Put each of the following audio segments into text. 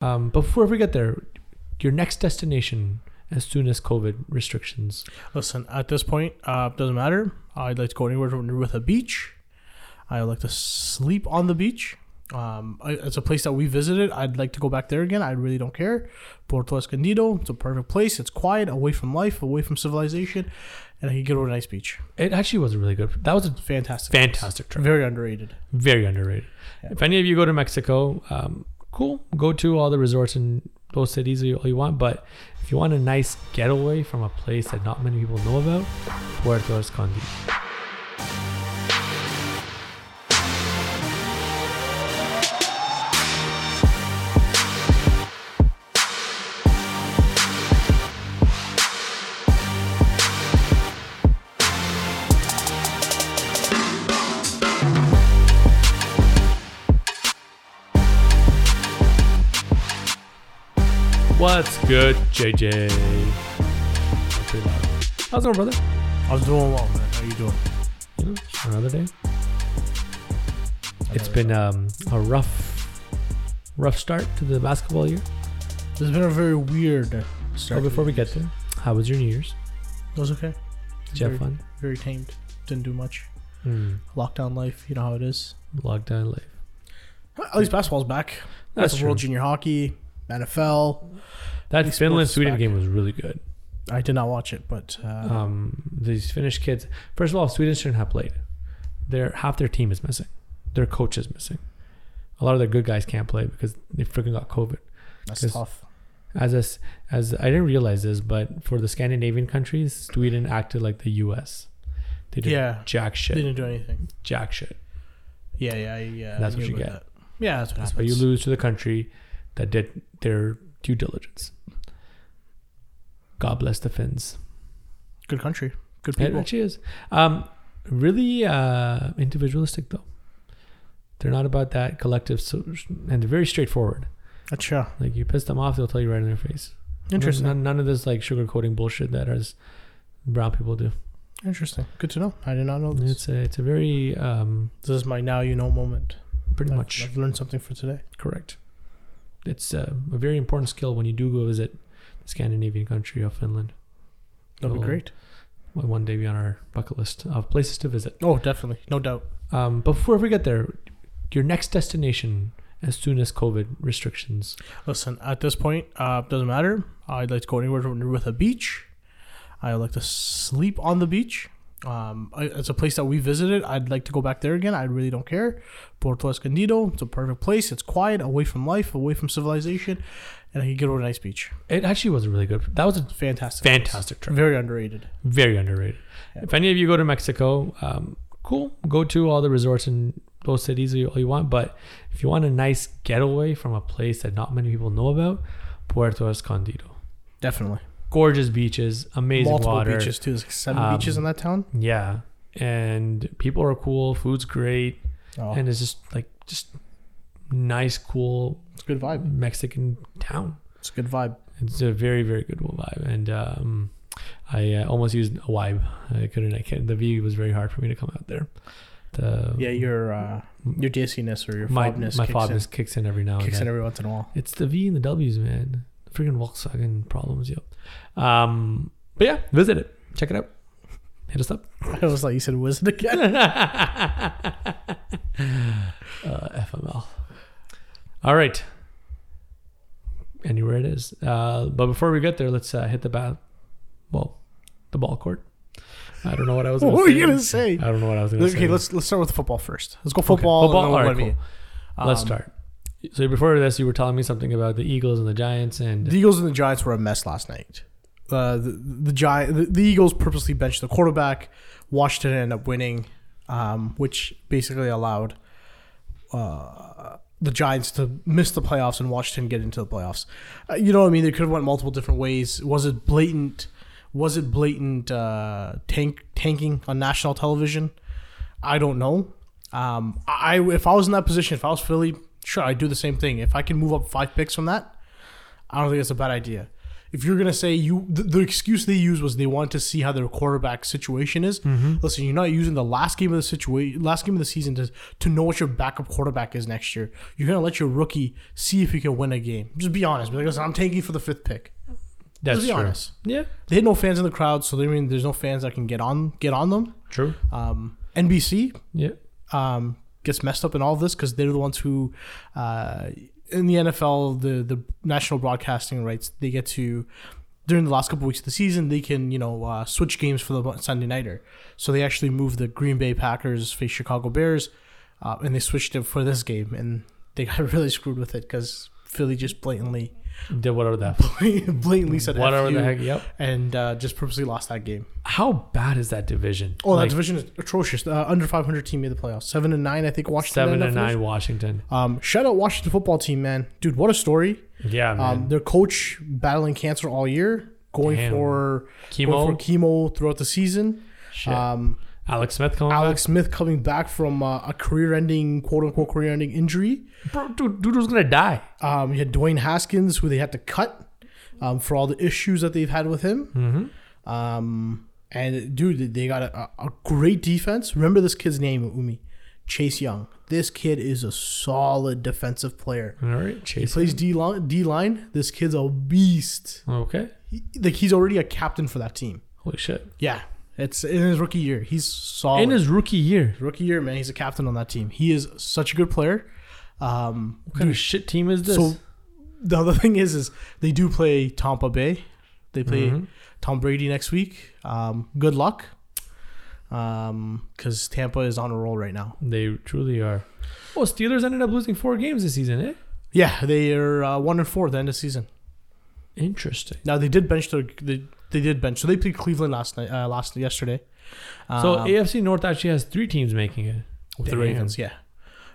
Um, but before we get there, your next destination as soon as COVID restrictions. Listen, at this point, uh, doesn't matter. I'd like to go anywhere with a beach. I like to sleep on the beach. Um, I- it's a place that we visited. I'd like to go back there again. I really don't care. Puerto Escondido. It's a perfect place. It's quiet, away from life, away from civilization, and I can get over a nice beach. It actually was really good. That was a Fantastic. place. fantastic trip. Very underrated. Very underrated. If any of you go to Mexico, um, cool. Go to all the resorts in those cities all you want. But if you want a nice getaway from a place that not many people know about, Puerto Escondido. What's good, JJ? That's pretty loud. How's it going, brother? I was doing well, man. How you doing? You know, another day. It's been um, a rough, rough start to the basketball year. It's been a very weird So start. Oh, before we get there, how was your New Year's? it was okay. Did you have Very- fun? Very tamed. Didn't do much. Hmm. Lockdown life. You know how it is. Lockdown life. At least basketball's back. That's That's World true. Junior Hockey, NFL. That These Finland sports Sweden back. game was really good. I did not watch it, but uh, Um, these Finnish kids. First of all, Sweden shouldn't have played. Their half their team is missing. Their coach is missing. A lot of their good guys can't play because they freaking got COVID. that's it's- tough. As as as I didn't realize this, but for the Scandinavian countries, Sweden acted like the U.S. They did Yeah. jack They shit, didn't do anything. jack shit. Yeah, yeah, uh, yeah. That's what you get. Yeah, that's what That's why happens. you lose to the country that did their due diligence. God bless the Finns. Good country. Good It people. actually is. Um, really uh, individualistic though. They're not about that collective, so, and they're very straightforward. Gotcha. Like you piss them off, they'll tell you right in their face. Interesting. None, none of this like sugarcoating bullshit that us brown people do. Interesting. Good to know. I did not know this. It's a, it's a very um, this is my now you know moment. pretty I've- much I've learned something for today. correct. It's uh, a very important skill when you do go visit the Scandinavian country of Finland. That'll be It'll great. Will one day be on our bucket list of places to visit. Oh, definitely. No doubt. Um, but before we get there, your next destination as soon as COVID restrictions. Listen, at this point, uh, doesn't matter. I'd like to go anywhere with a beach. I like to sleep on the beach. Um, I, it's a place that we visited. I'd like to go back there again. I really don't care. Puerto Escondido. It's a perfect place. It's quiet, away from life, away from civilization, and I can get over a nice beach. It actually was really good. That was a Fantastic. place. fantastic trip. Very underrated. Very underrated. If any of you go to Mexico, um, cool. Go to all the resorts in those cities all you want. But if you want a nice getaway from a place that not many people know about, Puerto Escondido. Definitely. Gorgeous beaches, amazing Multiple water. beaches too. There's like seven Um, beaches in that town. Yeah. And people are cool. Food's great. Oh, And it's just like, just nice, cool it's a good vibe. Mexican town. It's a good vibe. It's a very very good vibe, and um, I uh, almost used a vibe. I couldn't. I can't. The V was very hard for me to come out there. The Yeah, your uh, your dizziness or your Mm. my fobness my kicks fobness Oh, kicks in every now in, and kicks then. in every once in a while. it's the V and the W's, man. Freaking Volkswagen problems, yo. Um, but yeah, visit it. Check it out. Hit us up. I was like, you said wizard again. uh, FML. All right. Anywhere it is. Uh, but before we get there, let's uh, hit the bat. Well, the ball court. I don't know what I was. What Gonna were say. you gonna say? I don't know what I was gonna Okay, say. let's let's start with football first. Let's go Okay, football. and Football. then All right, we'll cool. go NBA. let's Um, start. So before this, you were telling me something about the Eagles and the Giants, and The Eagles and the Giants were a mess last night. Uh, the the, Gi- the the Eagles purposely benched the quarterback. Washington ended up winning, um, which basically allowed uh, the Giants to miss the playoffs and Washington get into the playoffs. Uh, you know what I mean? They could have went multiple different ways. Was it blatant? Was it blatant uh, tank tanking on national television? I don't know. Um, I if I was in that position, if I was Philly, sure I'd do the same thing. If I can move up five picks from that, I don't think it's a bad idea. if you're gonna say you the, the excuse they used was they want to see how their quarterback situation is. Mm-hmm. Listen, you're not using the last game of the situation, last game of the season to to know what your backup quarterback is next year. You're gonna let your rookie see if he can win a game. Just be honest. Be like, listen, I'm taking for the fifth pick. That's Let's be true. honest. Yeah, They had no fans in the crowd, so they mean there's no fans that can get on get on them. true. Um, NBC Yeah, um, gets messed up in all this because they're the ones who, uh, in the NFL, the the national broadcasting rights, they get to during the last couple weeks of the season, they can you know uh, switch games for the Sunday nighter. So they actually moved the Green Bay Packers face Chicago Bears, uh, and they switched it for this game, and they got really screwed with it because Philly just blatantly did whatever that. blatantly said whatever F the you heck. Yep. and uh, just purposely lost that game. How bad is that division? Oh, Like, that division is atrocious. Uh, under 500 team made the playoffs. Seven and nine, I think. Washington seven ended and up nine Washington. Um, shout out Washington football team, man. Dude, what a story. Yeah, man. Um, their coach battling cancer all year, going Damn. for going Chemo. for chemo throughout the season. Shit. Um, Alex Smith coming Alex Smith coming back from uh, a career-ending, quote-unquote career-ending injury. back. Bro, dude, dude was gonna die. Um, you had Dwayne Haskins, who they had to cut um, for all the issues that they've had with him. Mm-hmm. Um, and dude, they got a, a great defense. Remember this kid's name, Umi Chase Young. This kid is a solid defensive player. All right, He Chase. plays D line. D line. This kid's a beast. Okay. He- like he's already a captain for that team. Holy shit. Yeah, it's in his rookie year. He's solid. In his rookie year, rookie year, man, he's a captain on that team. He is such a good player. Um, what kind of shit team is this? so the other thing is, is they do play Tampa Bay. They play Mhm. Tom Brady next week. Um, good luck, because Tampa is on a roll right now. They truly are. Oh, Steelers ended up losing four games this season. Eh? Yeah, they are uh, one and four at the end of the season. Interesting. Now they did bench their they, they did bench. So they played Cleveland last night uh, last yesterday. So Um, AFC North actually has three teams making it with the Ravens, yeah,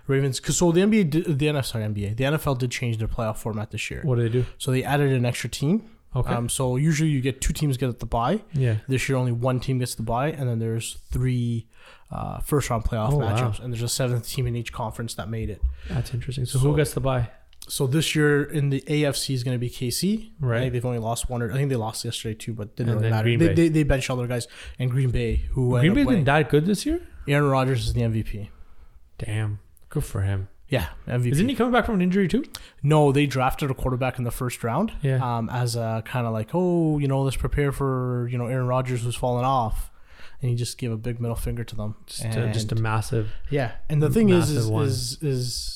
Ravens. Cause so the NBA, did, the NFL, sorry, NBA, the NFL did change their playoff format this year. What do they do? So they added an extra team. Okay. Um, so usually you get two teams get the bye. yeah. This year only one team gets the bye, and then there's three uh, first round playoff Oh, wow. matchups, and there's a seventh team in each conference that made it. That's interesting. So, So- who gets the bye? So this year in the AFC is going to be KC. I Right. think they've only lost one. Or, I think they lost yesterday too, but didn't And really then matter. Green they, Bay. they they benched all their guys and Green Bay who Green ended Bay's up winning. been that good this year? Aaron Rodgers is the MVP. Damn. Good for him. Yeah, MVP. Isn't he coming back from an injury too? No, they drafted a quarterback in the first round. Yeah. Um, as a kind of like, oh, you know, let's prepare for you know Aaron Rodgers who's fallen off, and he just gave a big middle finger to them. Just, a, and, just a massive. yeah. And the thing is, is, massive one. is is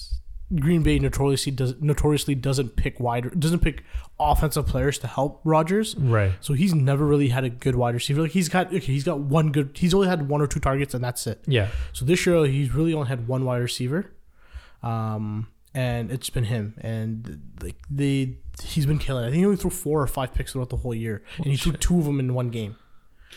Green Bay notoriously does notoriously doesn't pick wide doesn't pick offensive players to help Rodgers. Right. So he's never really had a good wide receiver. Like he's got okay, he's got one good. He's only had one or two targets, and that's it. Yeah. So this year he's really only had one wide receiver, um, and it's been him. And like they, he's been killing. it. I think he only threw four or five picks throughout the whole year, and he threw two of them in one game.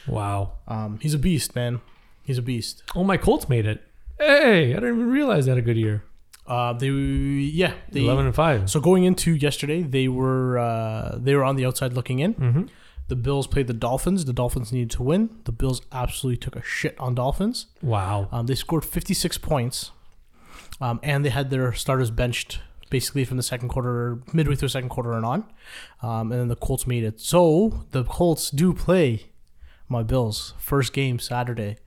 Wow. Um, he's a beast, man. He's a beast. Oh, my Colts made it. Hey, I didn't even realize they had a good year. Uh, they, yeah, they. Eleven and five. So going into yesterday, they were uh, they were on the outside looking in. Mhm. The Bills played the Dolphins. The Dolphins needed to win. The Bills absolutely took a shit on Dolphins. Wow. Um, they scored 56 points, um, and they had their starters benched basically from the second quarter, midway through second quarter and on. Um, and then the Colts made it. So the Colts do play my Bills first game Saturday,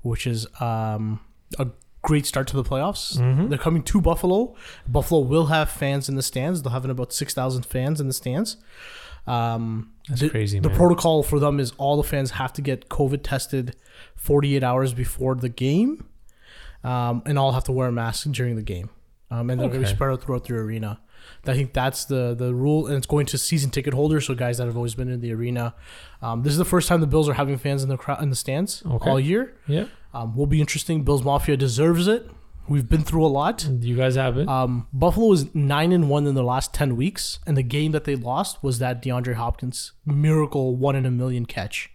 which is um, a great start to the playoffs. They're coming to Buffalo. Buffalo will have fans in the stands. They'll have about 6,000 fans in the stands. Um, That's the- crazy, The man. protocol for them is all the fans have to get COVID tested 48 hours before the game, um, and all have to wear a mask during the game. Um, and they're going to Okay. be spread out throughout the arena. I think that's the the rule, and it's going to season ticket holders, so guys that have always been in the arena. Um, this is the first time the Bills are having fans in the crowd in the stands Okay. all year. yeah. Um, will be interesting. Bills Mafia deserves it. We've been through a lot. You guys have it. Um, Buffalo is nine and one in the last ten weeks, and the game that they lost was that DeAndre Hopkins miracle one in a million catch,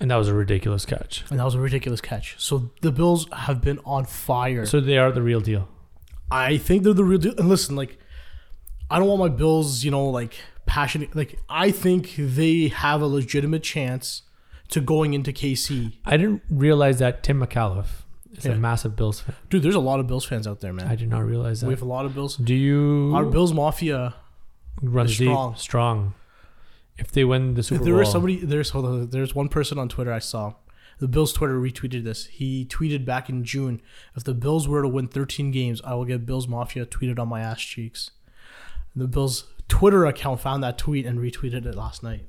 and that was a ridiculous catch. and that was a ridiculous catch. So the Bills have been on fire. So they are the real deal. I think they're the real deal. And listen, like, I don't want my Bills, you know, like passionate. Like, I think they have a legitimate chance to going into KC. I didn't realize that Tim McAuliffe is Yeah. a massive Bills fan. Dude, there's a lot of Bills fans out there, man. I did not realize that. we have a lot of Bills. Do you Our Bills Mafia run is deep? strong. Strong. if they win the Super there Bowl. was somebody there's hold on, there's one person on Twitter I saw. The Bills Twitter retweeted this. He tweeted back in June, if the Bills were to win 13 games, I will get Bills Mafia tweeted on my ass cheeks. The Bills Twitter account found that tweet and retweeted it last night.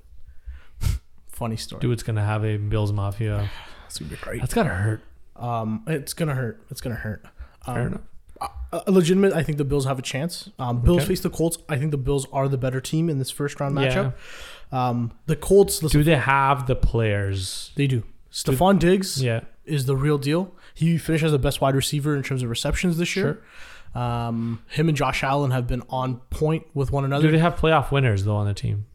Funny story. Dude's gonna have a Bills Mafia. That's gonna be great. That's gotta hurt. Um, it's gonna hurt. It's gonna hurt. Um, Fair enough. uh, legitimate. I think the Bills have a chance. Um, Bills Okay. face the Colts. I think the Bills are the better team in this first round Yeah. matchup. Um, the Colts, listen, Do they have the players? they do. Stephon Diggs Yeah. is the real deal. He finished as the best wide receiver in terms of receptions this year. Um, him and Josh Allen have been on point with one another. Do they have playoff winners though on the team?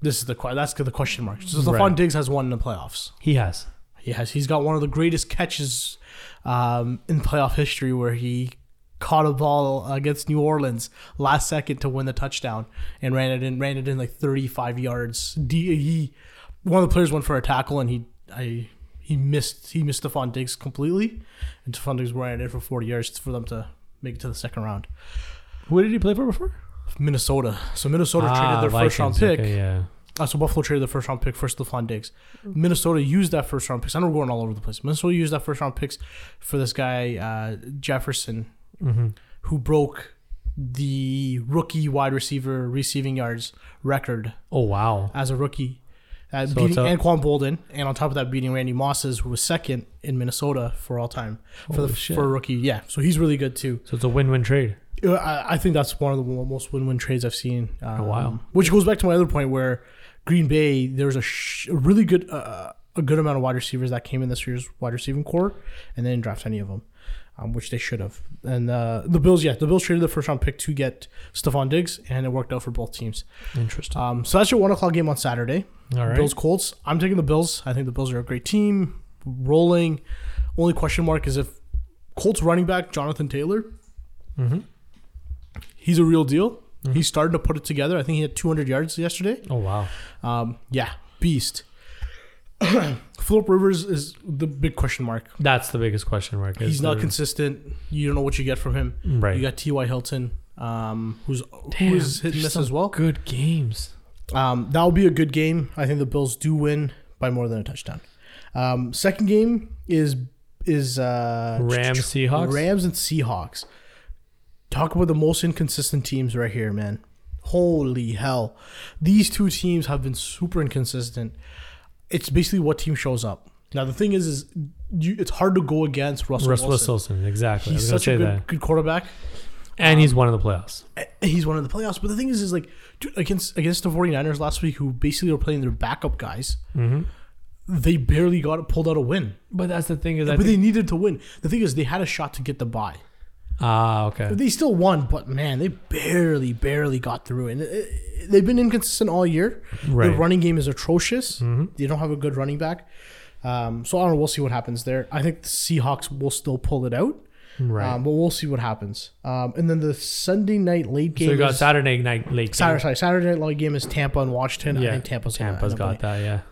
this is the que- that's the question mark. So Stephon Right. Diggs has one in the playoffs. He has. He has. He's got one of the greatest catches um, in playoff history, where he caught a ball against New Orleans last second to win the touchdown and ran it in, ran it in like 35 yards. D- he, one of the players went for a tackle and he, I, he missed, he missed Stephon Diggs completely, and Stephon Diggs ran it in for 40 yards for them to make it to the second round. Who did he play for before? Minnesota. So Minnesota traded their first round Ah, Vikings. pick. Okay, yeah. Uh, so Buffalo traded the first round pick for Stephon Diggs. Minnesota used that first round picks. I know we're going all over the place. Minnesota used that first round picks for this guy uh, Jefferson, Mm-hmm. who broke the rookie wide receiver receiving yards record Oh wow. as a rookie, uh, So beating it's a- Anquan Bolden, and on top of that, beating Randy Mosses, who was second in Minnesota for all time for Holy the shit. for a rookie. Yeah, so he's really good too. So it's a win-win trade. Uh, I, I think that's one of the mo- most win-win trades I've seen um, Oh, wow. Which goes back to my other point where Green Bay, there's a, sh- a really good, uh, a good amount of wide receivers that came in this year's wide receiving core, and they didn't draft any of them, um, which they should have. And uh, the Bills, yeah, the Bills traded the first round pick to get Stephon Diggs, and it worked out for both teams. Interesting. Um, so that's your one o'clock game on Saturday. All right. Bills Colts. I'm taking the Bills. I think the Bills are a great team, rolling. Only question mark is if Colts running back Jonathan Taylor. Mm-hmm. He's a real deal. He's starting to put it together. I think he had 200 yards yesterday. Oh wow. Um, yeah, beast. Philip Rivers is the big question mark. That's the biggest question mark. is He's not the- consistent. You don't know what you get from him. right. You got T.Y. Hilton, um, who's Damn, who is hit and there's miss some as well. Good games. Um, that'll be a good game. I think the Bills do win by more than a touchdown. Um, second game is is uh, Rams Seahawks. Rams and Seahawks. Talk about the most inconsistent teams right here, man. Holy hell, these two teams have been super inconsistent. It's basically what team shows up. Now the thing is, is you, it's hard to go against Russell, Russell Wilson. Wilson. Exactly. He's I was such gonna a say good, good quarterback that. And he's one of the playoffs. he's one of the playoffs. But the thing is, is like dude, against against the 49ers last week, who basically were playing their backup guys. Mm-hmm. They barely got pulled out a win, But that's the thing is, I but they needed to win. The thing is, they had a shot to get the bye. ah okay. They still won, but man, they barely, barely got through. And it- it- they've been inconsistent all year. Their Right. Mm-hmm. running game is atrocious. They don't have a good running back. Um, so I don't know. We'll see what happens there. I think the Seahawks will still pull it out, Right. um, but we'll see what happens. Um, and then the Sunday night late game. so you got is- Saturday night late. game. Saturday, sorry, Saturday night live game is Tampa and Washington. I Yeah. think Tampa's gonna Tampa's end up got that. Yeah. winning.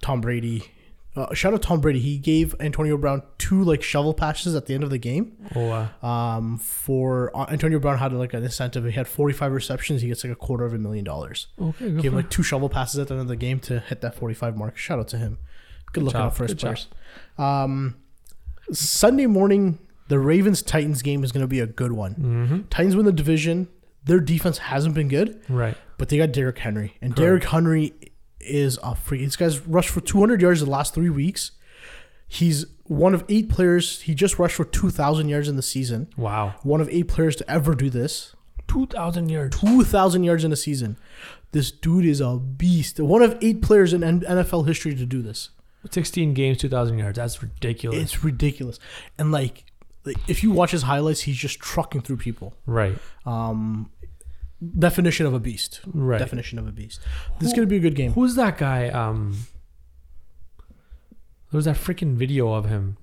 Tom Brady. Uh, shout out Tom Brady. He gave Antonio Brown two like shovel passes at the end of the game. Oh wow. Um, for uh, Antonio Brown had like an incentive. He had 45 receptions. He gets like a quarter of a million dollars. Okay. Gave Good him for like two shovel passes at the end of the game to hit that 45 mark. Shout out to him. Good, looking job, out for his good job. players. Um, Sunday morning, the Ravens Titans game is going to be a good one. Mm-hmm. Titans win the division. Their defense hasn't been good. right. But they got Derrick Henry, and Derrick Henry is a freak. This guy's rushed for 200 yards the last three weeks. He's one of eight players. He just rushed for 2,000 yards in the season. Wow. One of eight players to ever do this. Two thousand yards. 2,000 yards in a season. This dude is a beast. One of eight players in N- NFL history to do this. Sixteen games, two thousand yards. That's ridiculous. It's ridiculous. And like, like, if you watch his highlights, he's just trucking through people. right. Um, definition of a beast. Right. Definition of a beast. This is gonna be a good game. Who's that guy? Um, there was that freaking video of him,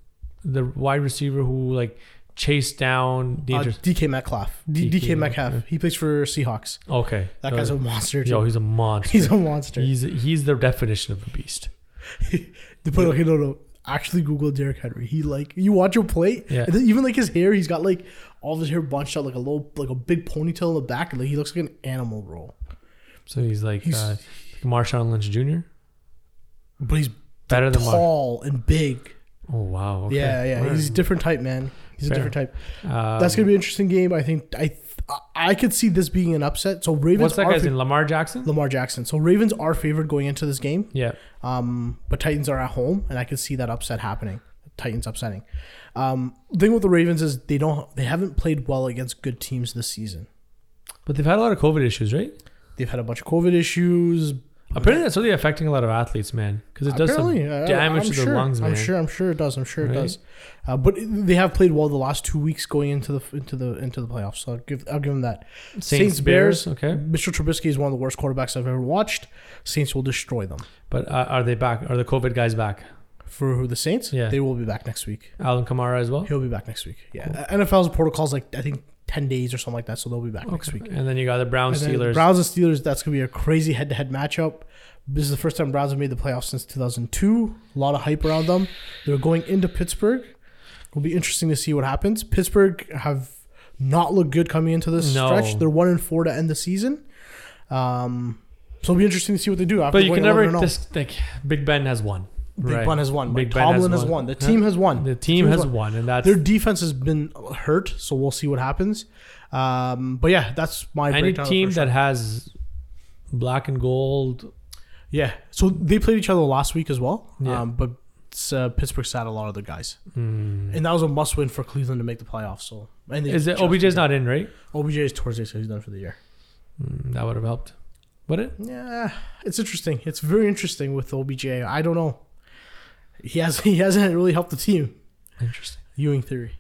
the wide receiver who like chased down the. Uh, inter- DK Metcalf. D- DK, DK, Metcalf. yeah. He plays for Seahawks. okay, That guy's a Uh, monster. yo, too. he's a monster. he's a monster. He's he's the definition of a beast. They put okay, no, no. Actually, Google Derrick Henry. He like you watch him play. Yeah. and then even like his hair, he's got like all of his hair bunched out like a little, like a big ponytail in the back, and like he looks like an animal, bro. So he's like He's- uh, Marshawn Lynch Jr. but he's Better than Mar- tall and big. Oh wow. Okay. Yeah, yeah. Word. He's a different type, man. He's Fair. a different type. Um, That's gonna be an interesting game. I think I th- I could see this being an upset. So Ravens What's that are guy's fa- name? Lamar Jackson. Lamar Jackson. So Ravens are favored going into this game. yeah. Um, but Titans are at home, and I could see that upset happening. Titans upsetting. Um, thing with the Ravens is they don't they haven't played well against good teams this season. But they've had a lot of COVID issues, right? They've had a bunch of COVID issues. Apparently, that's really affecting a lot of athletes, man. Because it does Apparently, some I- damage I'm to the sure, lungs, man. I'm sure. I'm sure it does. I'm sure it Right? does. Uh, but they have played well the last two weeks going into the into the into the playoffs. So I'll give I'll give them that. Saints, Bears. Okay. Mitchell Trubisky is one of the worst quarterbacks I've ever watched. Saints will destroy them. But uh, are they back? Are the COVID guys back? For who the Saints? Yeah. They will be back next week. Alan Kamara as well. He'll be back next week. Yeah. NFL's protocol's like I think ten days or something like that, so they'll be back next week. And then you got the Browns, And then Steelers. Browns and Steelers, that's gonna be a crazy head to head matchup. This is the first time Browns have made the playoffs since two thousand two. A lot of hype around them. They're going into Pittsburgh. It'll be interesting to see what happens. Pittsburgh have not looked good coming into this No. stretch. They're one and four to end the season. Um so it'll be interesting to see what they do after but you going can never. 11 and oh. 0. This, like, Big Ben has won. Big right? Ben has won. Big Big Ben has Tomlin has won. won. The team has won. The team Team's has won. won, and that's Their defense has been hurt, so we'll see what happens. Um, but yeah, that's my any breakdown of the team first that round. has black and gold. yeah. So they played each other last week as well. Yeah. Um, but it's, uh, Pittsburgh sat a lot of the guys, Hmm. and that was a must-win for Cleveland to make the playoffs. So and they Is it just- OBJ's not in, right? OBJ is towards it, so he's done for the year. Hmm, that would have helped. Would it? Yeah, it's interesting. It's very interesting with OBJ. I don't know. He has he hasn't really helped the team. Interesting. Ewing theory.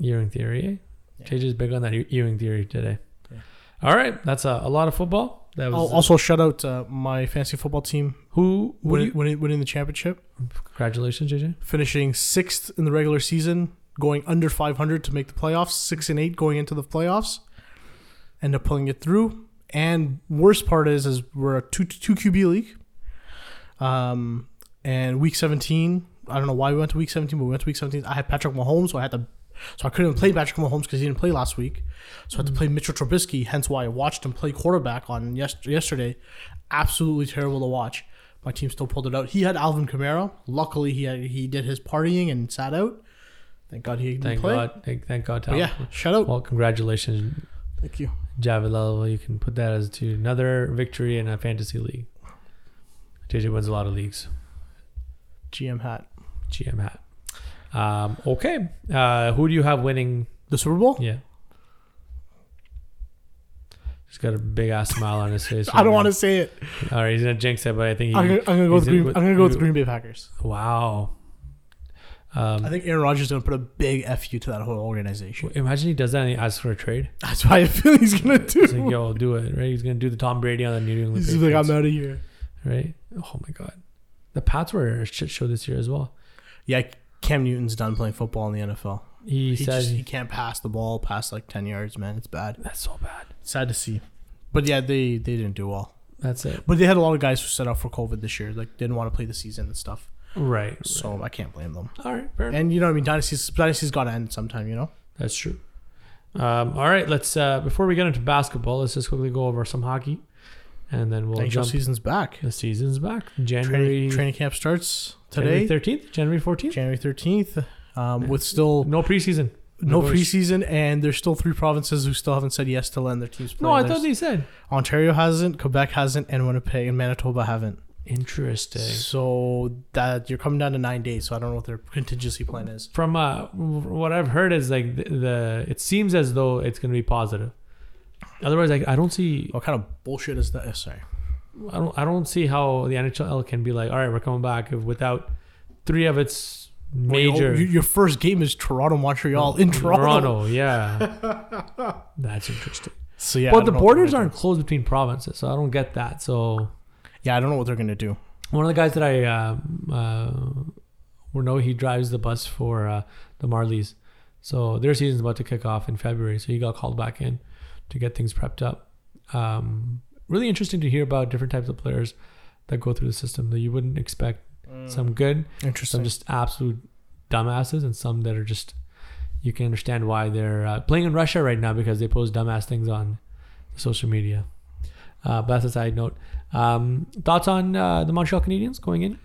Ewing theory. eh? Yeah. JJ's big on that E- Ewing theory today. Yeah. All right, that's a, a lot of football. That was I'll also shout out uh, my fantasy football team who were winning, you? winning, winning the championship. Congratulations, JJ. finishing sixth in the regular season, going under 500 to make the playoffs, six and eight going into the playoffs, end up pulling it through. And worst part is, is we're a two two QB league. Um, and week 17, I don't know why we went to week 17, but we went to week 17. I had Patrick Mahomes, so I had to, so I couldn't play Patrick Mahomes because he didn't play last week. So I Mm-hmm. had to play Mitchell Trubisky. Hence why I watched him play quarterback on yes, yesterday. Absolutely terrible to watch. My team still pulled it out. He had Alvin Kamara. Luckily, he had, he did his partying and sat out. Thank God he didn't Thank play. God. Thank, thank God. But Tom. yeah, shout out. Well, congratulations, Thank you. Javilel. You can put that as to another victory in a fantasy league. JJ wins a lot of leagues. GM hat. GM hat. Um, okay. Uh, who do you have winning? The Super Bowl? Yeah. He's got a big ass smile on his face. I don't want to say it. to. All right, he's gonna jinx it, but I think he. I'm gonna, I'm gonna go he's with Green. in with- I'm gonna go with you- Green Bay Packers. Wow. I Um, think Aaron Rodgers is gonna put a big fu to that whole organization. imagine he does that and he asks for a trade. That's why I feel he's gonna do. He's like, "Yo, do it!" Right? He's gonna do the Tom Brady on the New England He's Patriots. just like, I'm out of here. right? Oh my god, the Pats were a shit show this year as well. Yeah, Cam Newton's done playing football in the NFL. He, He, said just, he can't pass the ball past like ten yards, man. It's bad. that's so bad. Sad to see. But yeah, they they didn't do well. That's it. But they had a lot of guys who set up for COVID this year, like didn't want to play the season and stuff. Right. So I can't blame them. All right. Fair enough. And you know what I mean? Dynasty's dynasty's gotta end sometime, you know? That's true. Um, all right. Let's uh, before we get into basketball, let's just quickly go over some hockey, and then we'll NHL jump. season's back. The season's back. January Training, training camp starts January today. 13th, January 14th. January 13th, um, with still No preseason. no voice. preseason, and there's still three provinces who still haven't said yes to letting their teams play. No, I There's- thought they said. Ontario hasn't, Quebec hasn't, and Winnipeg and Manitoba haven't. Interesting. So that you're coming down to nine days. So I don't know what their contingency plan is. From uh, what I've heard is like the, the it seems as though it's going to be positive. Otherwise, like I don't see What kind of bullshit is that? Sorry. I don't I don't see how the NHL can be like, all right, we're coming back without three of its Well, you- major oh, you- your first game is Toronto, Montreal in Toronto. Toronto. Yeah, that's interesting. So yeah. I but don't the know what they're borders gonna aren't closed between provinces, so I don't get that. So do. Yeah, I don't know what they're gonna do. one of the guys that I um, uh, we know he drives the bus for uh, the Marlies, so their season's about to kick off in February. So he got called back in to get things prepped up. Um, really interesting to hear about different types of players that go through the system that you wouldn't expect. Some good, some Interesting. just absolute dumbasses and some that are just you can understand why they're uh, playing in Russia right now because they post dumbass things on social media. Uh, but that's a side note. Um, thoughts on uh, the Montreal Canadiens going in?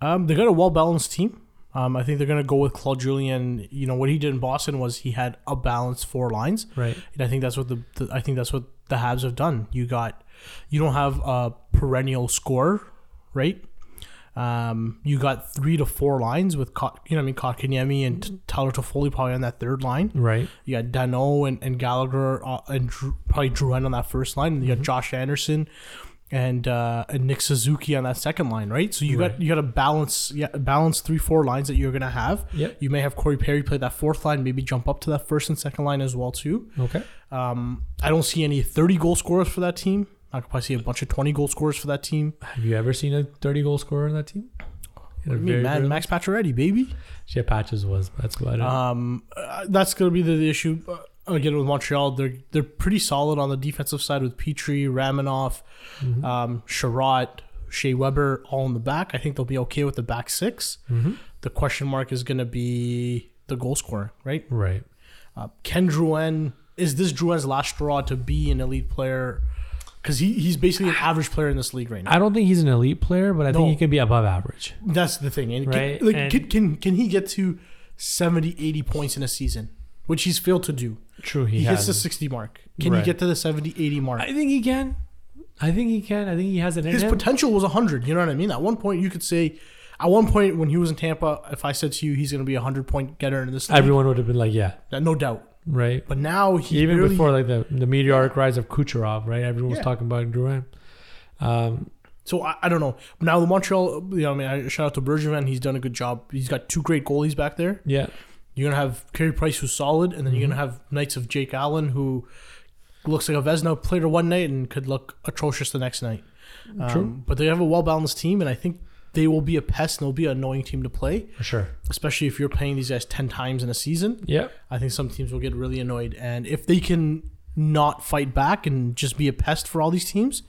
Um, they got a well balanced team. Um, I think they're going to go with Claude Julien. You know what he did in Boston was he had a balanced four lines, Right. and I think that's what the, the I think that's what the Habs have done. You got you don't have a perennial scorer, right? Um, you got three to four lines with Kot, you know what I mean Kotkaniemi and T- Tyler Toffoli probably on that third line. Right. You got Dano and, and Gallagher uh, and Drew, probably Drouin on that first line. You Mm-hmm. got Josh Anderson and uh, and Nick Suzuki on that second line, right? So you Right. got you got to balance yeah, balance three four lines that you're gonna have. Yep. You may have Corey Perry play that fourth line, maybe jump up to that first and second line as well too. Okay. Um, I don't see any thirty goal scorers for that team. I could probably see a bunch of twenty goal scorers for that team. Have you ever seen a 30 goal scorer on that team? What do you mean, man? Max Pacioretty, baby. Shit, Patches was. but That's about it. Um, uh, that's going to be the, the issue uh, again with Montreal. They're they're pretty solid on the defensive side with Petrie, Raminoff, um, Sherratt, Shea Weber, all in the back. I think they'll be okay with the back 6 The question mark is going to be the goal scorer, right? right. Uh, Ken Drouin is this Drouin's last straw to be an elite player? Because he, he's basically an average player in this league right now. I don't think he's an elite player, but I No. think he could be above average. That's the thing. And Right, can, like, and- can, can can he get to 70, 80 points in a season, which he's failed to do? True, he hits the 60 mark. Can Right. he get to the 70, 80 mark? I think he can. I think he can. I think he has it in His him. potential was 100. You know what I mean? At one point, you could say, at one point when he was in Tampa, if I said to you, he's going to be a 100 point getter in this league, Everyone would have been like, yeah, that- no doubt. right. But now he Even really- before like the, the meteoric rise of Kucherov, right? Everyone was Yeah. talking about Duran. Um, So I, I don't know. Now the Montreal, you know, I mean, I, shout out to Bergevin. He's done a good job. He's got two great goalies back there. yeah, You're going to have Carey Price, who's solid, and then you're going Mm-hmm. to have Knights of Jake Allen, who looks like a Vesna player one night and could look atrocious the next night. Um, Mm, True. But they have a well balanced team, and I think they will be a pest and they'll be an annoying team to play, for sure. especially if you're playing these guys 10 times in a season. Yeah, I think some teams will get really annoyed. And if they can not fight back and just be a pest for all these teams,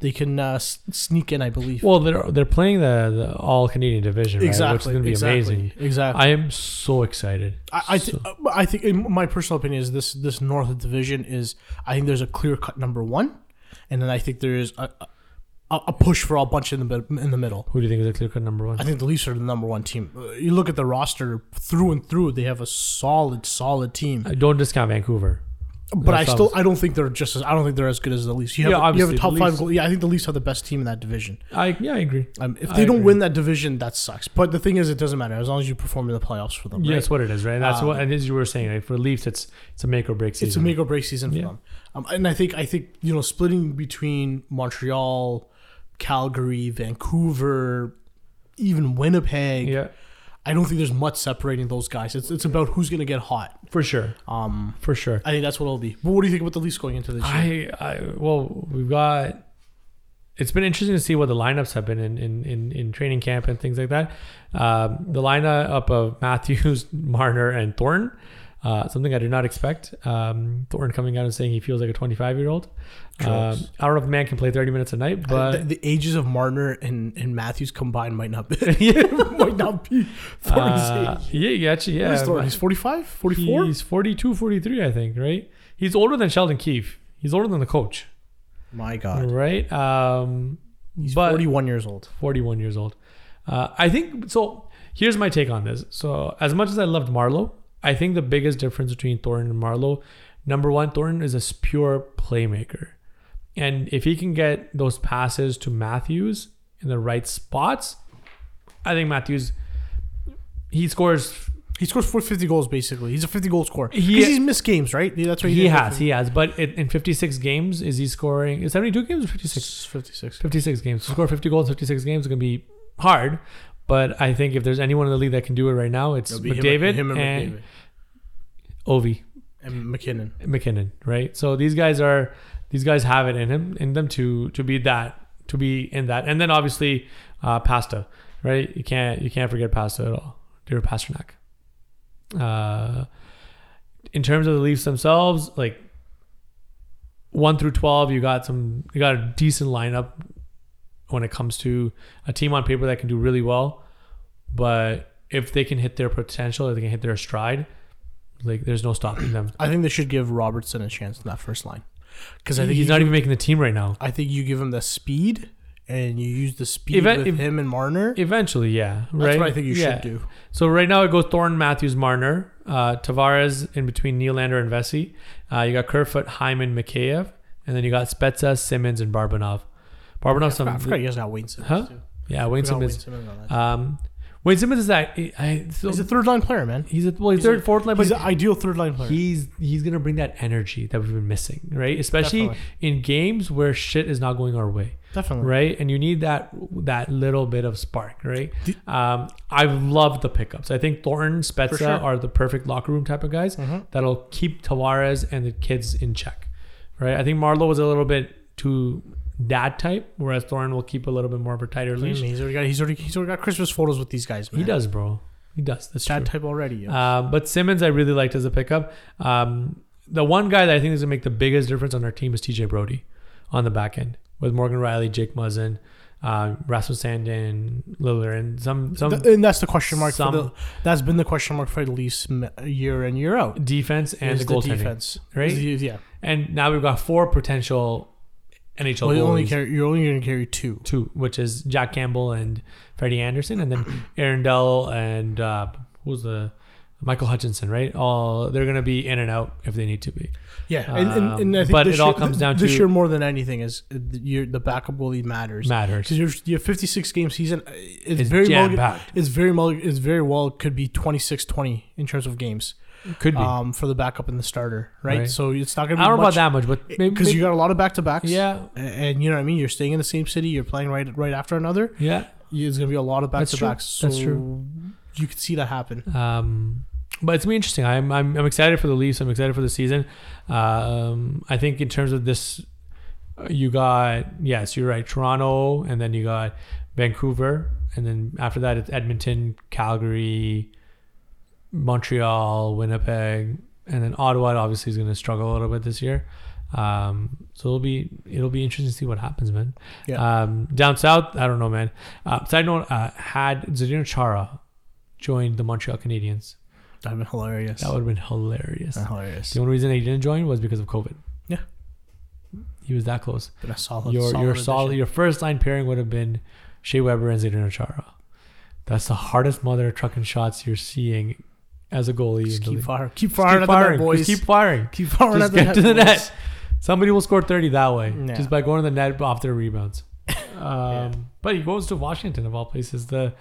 they can uh, s- sneak in, I believe. Well, they're they're playing the, the all Canadian division, right? exactly. Which is going to be exactly, amazing. Exactly. I am so excited. I, I, th- I think, in my personal opinion, is this this North Division is, I think there's a clear cut number one. And then I think there is a, a, a push for a bunch in the, mid- in the middle. Who do you think is a clear cut number one? I think the Leafs are the number one team. Uh, You look at the roster through and through; they have a solid, solid team. I don't discount Vancouver. But I that's still, I don't think they're just as, I don't think they're as good as the Leafs. You have, Yeah, a- you have obviously, a top the five Leafs- goal. Yeah, I think the Leafs have the best team in that division. I yeah, I agree. Um, if I they don't agree. win that division, that sucks. But the thing is, it doesn't matter as long as you perform in the playoffs for them. Yeah, right? that's what it is, right? That's Um, what and as you were saying, like for Leafs, it's it's a make or break season. it's a make or break season for Yeah. them. Um, and I think, I think you know, splitting between Montreal, Calgary, Vancouver, even Winnipeg. yeah, I don't think there's much separating those guys. It's it's about who's going to get hot. for sure, Um, for sure. I think that's what it'll be. But what do you think about the Leafs going into this year? I, I well, we've got. It's been interesting to see what the lineups have been in in, in, in training camp and things like that. Um, the lineup of Matthews, Marner, and Thornton, uh, something I did not expect. Um, Thornton coming out and saying he feels like a 25 year old. Um, Jokes. I don't know if the man can play 30 minutes a night, but the, the ages of Marner and, and Matthews combined might not be might not be Thornton's uh, age. yeah, you got you. What is Yeah, Thornton? He's 45, 44? He's 42, 43, I think, right? He's older than Sheldon Keefe. He's older than the coach, My God. right? Um, He's but 41 years old. 41 years old. Uh, I think so. Here's my take on this. So, as much as I loved Marlowe, I think the biggest difference between Thornton and Marlowe, number one, Thornton is a pure playmaker. And if he can get those passes to Matthews in the right spots, I think Matthews, he scores He scores 450 goals, basically. He's a 50 goal scorer. Because He- he's missed games, right? That's what He did. has, he has. But it, in 56 games, is he scoring? Is 72 games or 56? 56. 56 games. To score 50 goals in 56 games is going to be hard. But I think if there's anyone in the league that can do it right now, it's It'll be him- McDavid him, and, and, Ovi McDavid. And McKinnon. McKinnon, right? So these guys are these guys have it in him in them to to be that to be in that. And then obviously uh, Pasta, right? You can't you can't forget Pasta at all. Dear Pasternak. Uh, in terms of the Leafs themselves, like one through twelve, you got some you got a decent lineup when it comes to a team on paper that can do really well. But if they can hit their potential, if they can hit their stride, like there's no stopping them. I think they should give Robertson a chance in that first line. Because I I think he's you not give- even making the team right now. I think you give him the speed, and you use the speed I- with if- him and Marner. Eventually, yeah. Right? That's what I think you Yeah. should do. So right now it goes Thornton, Matthews, Marner, uh, Tavares in between Nylander and Vesey. Uh, you got Kerfoot, Hyman, Mikheyev, and then you got Spezza, Simmons, and Barbanov. Barbanov's I forgot some, you guys got Wayne Simmons Huh? too. yeah, Wayne Forgot Simmons. Simmons on that. Um, Wayne Simmons is that I, I- so- he's a third line player, man. he's a well, he's, he's a- third, fourth line, but He's an ideal third line player. he's he's gonna bring that energy that we've been missing, right? Especially Definitely. in games where shit is not going our way, Definitely. right? And you need that that little bit of spark, right? Do- Um, I love the pickups. I think Thornton, Spezza sure. are the perfect locker room type of guys Mhm. that'll keep Tavares and the kids in check, right? I think Marlowe was a little bit too that type, whereas Thornton will keep a little bit more of a tighter Believe leash. me, He's already got he's already he's already got Christmas photos with these guys, man. He does, bro. He does. That's true. That type already. Yeah. Uh, but Simmons, I really liked as a pickup. Um, the one guy that I think is going to make the biggest difference on our team is TJ Brody on the back end with Morgan Riley, Jake Muzzin, uh, Rasmus Sandin, Lillard, and some some Th- and that's the question mark. some- for the, that's been the question mark for at least m- year in year out. defense and is the goaltending. defense, right? Is the- yeah. And now we've got four potential NHL Well, you only goalies, carry you're only going to carry two. two, which is Jack Campbell and Freddie Anderson, and then Aaron Dell and uh, who's the Michael Hutchinson, right? All they're going to be in and out if they need to be. Yeah, and, and, and I Um, think but this it all year- comes down this to- year more than anything is uh, the- your the backup goalie matters Matters. because your your 56 game season uh, it's, It's very well, jam-packed. it's very well it's very well could be 26 20 in terms of games Could be. um for the backup and the starter right, Right. so it's not going to I be don't know about much that much, but maybe because you got a lot of back to backs yeah, and you know what I mean you're staying in the same city you're playing right right after another yeah. it's going to be a lot of back That's to true. backs so That's true. you could see that happen Um, but it's gonna be interesting. I'm, I'm I'm excited for the Leafs. I'm excited for the season. Um, I think in terms of this, uh, you got yes, you're right. Toronto, and then you got Vancouver, and then after that it's Edmonton, Calgary, Montreal, Winnipeg, and then Ottawa. Obviously, is gonna struggle a little bit this year. Um, so it'll be it'll be interesting to see what happens, man. Yeah. Um, down south, I don't know, man. Uh, side note: uh, had Zdeno Chara joined the Montreal Canadiens, that'd be hilarious that would have been hilarious. hilarious The only reason he didn't join was because of COVID. Yeah. he was that close. Been a solid your solid your addition. solid your first line pairing would have been Shea Weber and Zdeno Chara. That's the hardest mother trucking shots you're seeing as a goalie. Just in the keep league. firing. Keep Just firing keep at the firing. net, boys. Just keep firing. keep firing Just at the get net, to the boys. net. Somebody will score 30 that way Yeah. just by going to the net off their rebounds. Um, Yeah. But he goes to Washington, of all places, the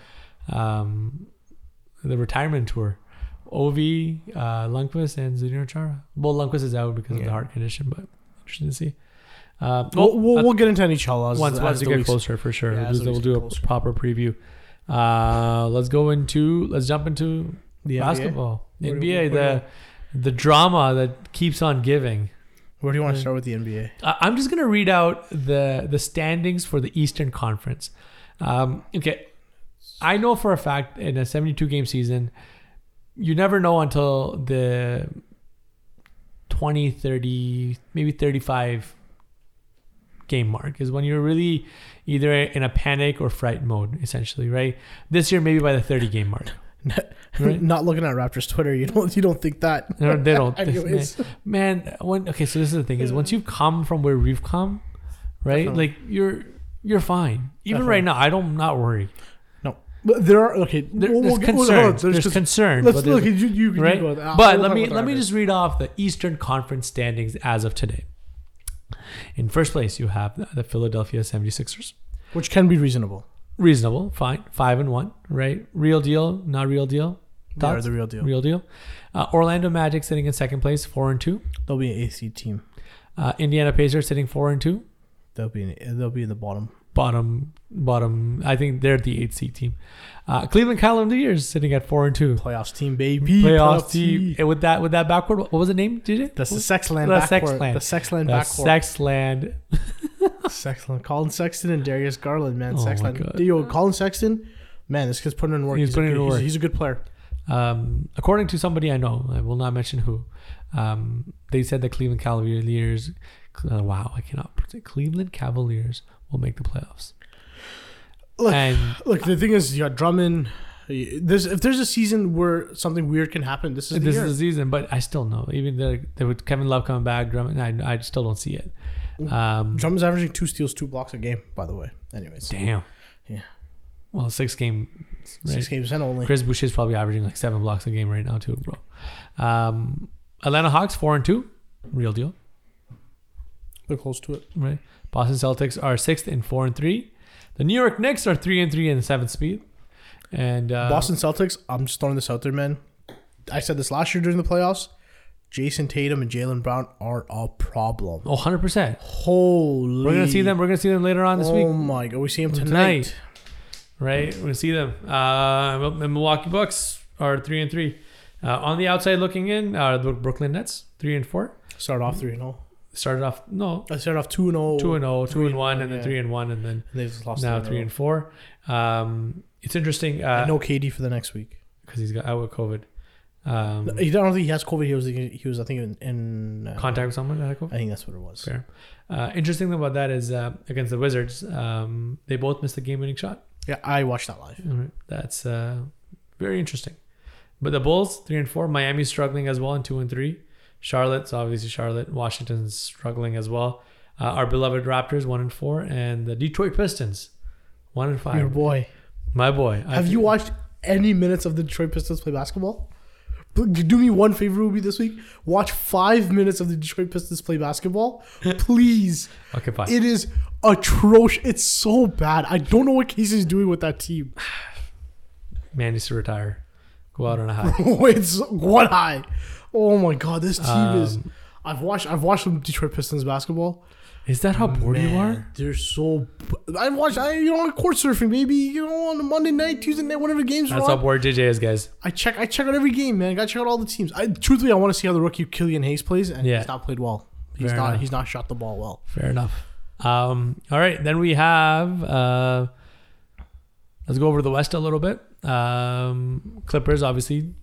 um, the retirement tour. Ovi, uh, Lundqvist, and Zdeno Chara. Well, Lundqvist is out because of Yeah. the heart condition, but interesting to see. Uh, We'll, we'll, uh, we'll get into NHL as, once as once we the get weeks- closer for sure. Yeah, We'll as do- the we'll weeks do a get closer. proper preview. Uh, let's go into let's jump into The NBA? basketball, Where do- NBA, where the the drama that keeps on giving. Where do you want to start with the NBA? I- I'm just gonna read out the the standings for the Eastern Conference. Um, okay, I know for a fact in a 72 game season, you never know until the 20, 30, maybe 35 game mark is when you're really either in a panic or fright mode, essentially, right? This year, maybe by the 30 game mark. Right. Not looking at Raptors Twitter. You don't. You don't think that. No, they don't. Anyways. man, when okay, so this is the thing: is once you've come from where we've come, right? Definitely. Like you're you're fine. Even Definitely. right now, I don't not worry. No, but there are okay. There, we'll- there's we'll get- concern. hold on, hold on, there's, just- concern. Let's but there's- look. You, you, you right? go with that. but We'll let talk me about let me Raptors. just read off the Eastern Conference standings as of today. In first place, you have the- the Philadelphia 76ers. which can be reasonable. Reasonable, fine, five and one, right? Real deal, not real deal. They are Thoughts? the real deal. Real deal. Uh, Orlando Magic sitting in second place, four and two. They'll be an AC team. Uh, Indiana Pacers sitting four and two. They'll be. In, they'll be in the bottom. bottom bottom. I think they're the eight seed team. Uh, Cleveland Cavaliers sitting at four and two. Playoffs team, baby. Playoff team and with that with that backward. What was the name? Did it? That's the Sexland That's backcourt. Sexland. The Sexland The backcourt. Sexland. Sexland. Colin Sexton and Darius Garland, man. Oh my Sexland. God. Yo, Colin Sexton, man, this kid's putting in work. He's a putting good- in work. He's, he's a good player. Um, according to somebody I know, I will not mention who. Um, they said the Cleveland Cavaliers. Uh, wow, I cannot. pronounce- Cleveland Cavaliers will make the playoffs. Look, and Look, the thing is, you got Drummond, There's if there's a season where something weird can happen, this is the this year. is the season, but I still know. Even the, the with Kevin Love coming back, Drummond, I, I still don't see Mm. it. Um, Drummond's averaging two steals, two blocks a game. By the way, anyways, damn. Yeah. Well, six game. six games in only. Chris Boucher's probably averaging like seven blocks a game right now too, bro. Um, Atlanta Hawks four and two, real deal, They're close to it. right? Boston Celtics are sixth and four and three. The New York Knicks are three and three and seventh speed. And uh, Boston Celtics. I'm just throwing this out there, man. I said this last year during the playoffs. Jason Tatum and Jalen Brown are a problem. oh, 100 percent. Holy, We're gonna see them. We're gonna see them later on this oh week. my god, we see him Tonight. tonight. right? We're gonna see them. Uh, well, the Milwaukee Bucks are three and three. Uh, on the outside looking in, uh, the Brooklyn Nets three and four. Start off three and zero. Started off no I started off two and zero. two and oh, two three and and one, one, and then yeah. three and one, and then They've just lost now in a three row. and four. Um, it's interesting uh, no KD for the next week. because he's got out with COVID. Um, I don't think he has COVID. He was he was I think in, in uh, contact with someone. that had COVID. I think that's what it was. Fair. Uh, interesting thing about that is uh, against the Wizards, um, they both missed the game-winning shot. Yeah, I watched that live. All right. That's uh, very interesting. But the Bulls, three and four. Miami's struggling as well in two and three. Charlotte's obviously Charlotte. Washington's struggling as well. Uh, our beloved Raptors, one and four, and the Detroit Pistons, one and Your five. boy. My boy, I Have you watched any minutes of the Detroit Pistons play basketball? Pl- Do me one favor, Ruby, this week. Watch five minutes of the Detroit Pistons play basketball, please. Okay, fine. It is atrocious. It's so bad. I don't know what Casey's doing with that team. Man needs to retire. Go out on a high. it's one high. Oh my god, this team is. Um, I've watched. I've watched some Detroit Pistons basketball. Is that how bored you Man, are? They're so. I watch. I you know on court surfing, maybe you know on a Monday night, Tuesday night, whatever games That's are how on. bored JJ is, guys. I check. I check out every game, man. I gotta check out all the teams. I truthfully, I want to see how the rookie Killian Hayes plays, and Yeah. he's not played well. He's Fair not. enough. He's not shot the ball well. Fair enough. Um, all right, then we have. Uh, let's go over to the West a little bit. Um, Clippers, obviously,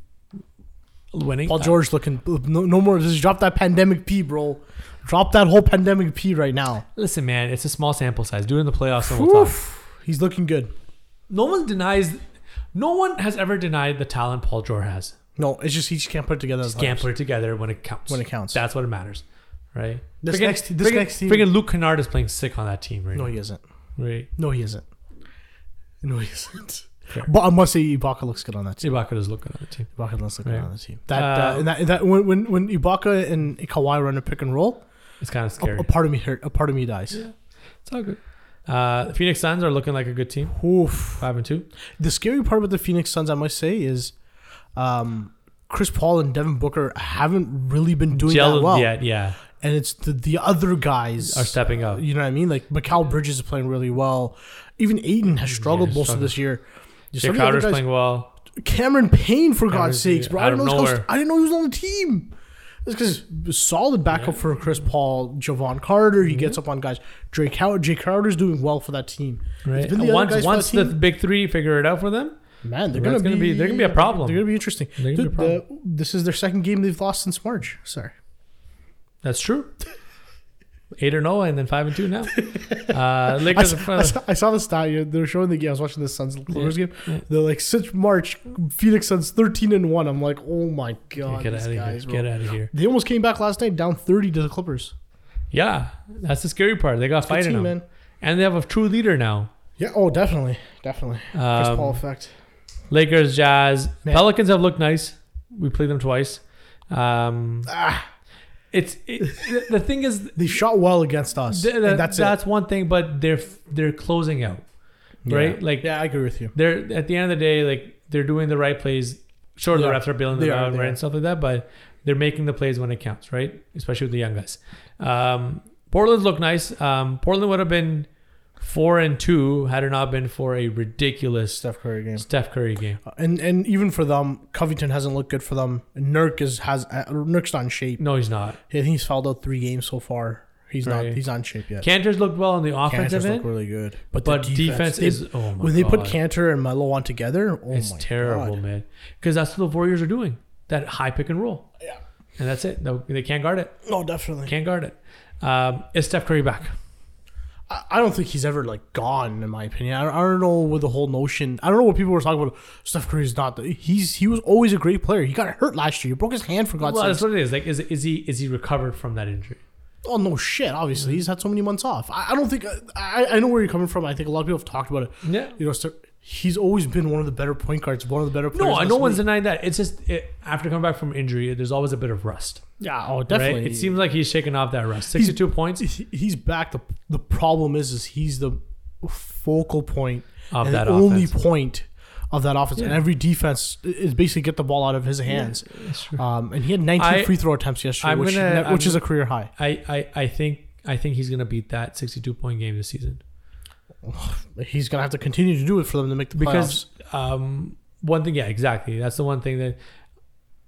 winning. Paul George looking no, no more. Just drop that pandemic P, bro. Drop that whole pandemic P right now. Uh, listen, man, it's a small sample size. Do it in the playoffs, and we'll talk. Oof. He's looking good. No one denies. No one has ever denied the talent Paul George has. No, it's just he just can't put it together. as Can't put it together when it counts. When it counts. that's what it matters, right? This Friggin- next- this friggin- next team- friggin' Luke Kennard is playing sick on that team right No, now. he isn't. Right, No, he isn't. No, he isn't. Fair. But I must say, Ibaka looks good on that team. Ibaka is looking on the team. Ibaka looks good Right. on the team. That, Uh, uh, and that, that when, when when Ibaka and Kawhi run a pick and roll, It's kind of a, scary. a part of me hurt. A part of me dies. Yeah. It's all good. Uh, the Phoenix Suns are looking like a good team. Oof. Five and two. The scary part about the Phoenix Suns, I must say, is um, Chris Paul and Devin Booker haven't really been doing Gel that well, yet, yeah, and it's the, the other guys are stepping up. You know what I mean? Like Mikal Bridges is playing really well. Even Aiden has struggled he's most of struggling. this year. Just Jay some of the other Crowder's guys- playing well. Cameron Payne, for God's Payne, sakes, bro. out I didn't, of know he was, nowhere. I didn't know he was on the team. That's because solid backup for Chris Paul, Javon Carter. He gets Mm-hmm. up on guys. Drake Howard, Jay Crowder's doing well for that team. Right. It's been the other Once guys for once that the big three figure it out for them, Man, they're Well, gonna, that's gonna be- be, they're gonna be a problem. They're gonna be interesting. They're gonna be a Dude, the- this is their second game they've lost since March. Sorry, that's true. Eight or no, and then five and two now. Uh, I Lakers in saw, I, front. saw, I saw the stat. you know, They were showing the game. I was watching the Suns and Clippers game. yeah. They're like since March, Phoenix Suns thirteen and one. I'm like, oh my god, Get out these of here! guys, bro. Get out of here! They almost came back last night down thirty to the Clippers. Yeah, that's the scary part. They got Good fighting them, team, man. and they have a true leader now. Yeah. Oh, definitely, definitely. Chris Paul Um, effect. Lakers, Jazz, Man. Pelicans have looked nice. We played them twice. Um, Ah, it's it, the- the thing is they shot well against us. Th- that- and that's that's, one thing, but they're they're closing out, it. right? Yeah. Like yeah, I agree with you. they're at the end of the day, like they're doing the right plays. Sure, the Yeah. refs are bailing They them are, out, they right, are. and stuff like that, but they're making the plays when it counts, right? Especially with the young guys. Um, Portland's look nice. Um, Portland would have been four and two had it not been for a ridiculous Steph Curry game. Uh, Steph Curry game. And and even for them, Covington hasn't looked good for them. Nurk is has uh, Nurk's not in shape. No, he's not. I think he's fouled out three games so far. He's Right. not he's not in shape yet. Cantor's looked well on the offensive Cantor's end, look really good, but, the but defense, they- is oh my when they put God. Cantor and Melo on together. Oh It's my terrible, God. man. Because that's what the Warriors are doing. That high pick and roll. Yeah. And that's it. No, they can't guard it. No, definitely. Can't guard it. Um, is Steph Curry back? I I don't think he's ever like gone, in my opinion. I don't, I don't know with the whole notion. I don't know what people were talking about. Steph Curry's not. The, he's he was always a great player. He got hurt last year. He broke his hand for God's Well, that's sake. what it is. Like, is is he is he recovered from that injury? Oh no, shit. Obviously, he's had so many months off. I, I don't think. I, I know where you're coming from. I think a lot of people have talked about it. Yeah. You know, Steph, he's always been one of the better point guards. One of the better players. No, in this no one's league. denying that. It's just it, after coming back from injury, there's always a bit of rust. Yeah. Oh, Right? definitely. It seems like he's shaken off that rust. Sixty-two points he- he's back. The the problem is, is he's the focal point Of and that the only offense. point of that offense, and every defense is basically get the ball out of his hands. Um, and he had 19 I- free throw attempts yesterday, I'm which gonna- ne- which I'm- is a career high. I, I, I think I think he's gonna beat that sixty-two point game this season He's gonna have to continue to do it for them to make the playoffs. because um, one thing, yeah, exactly. That's the one thing that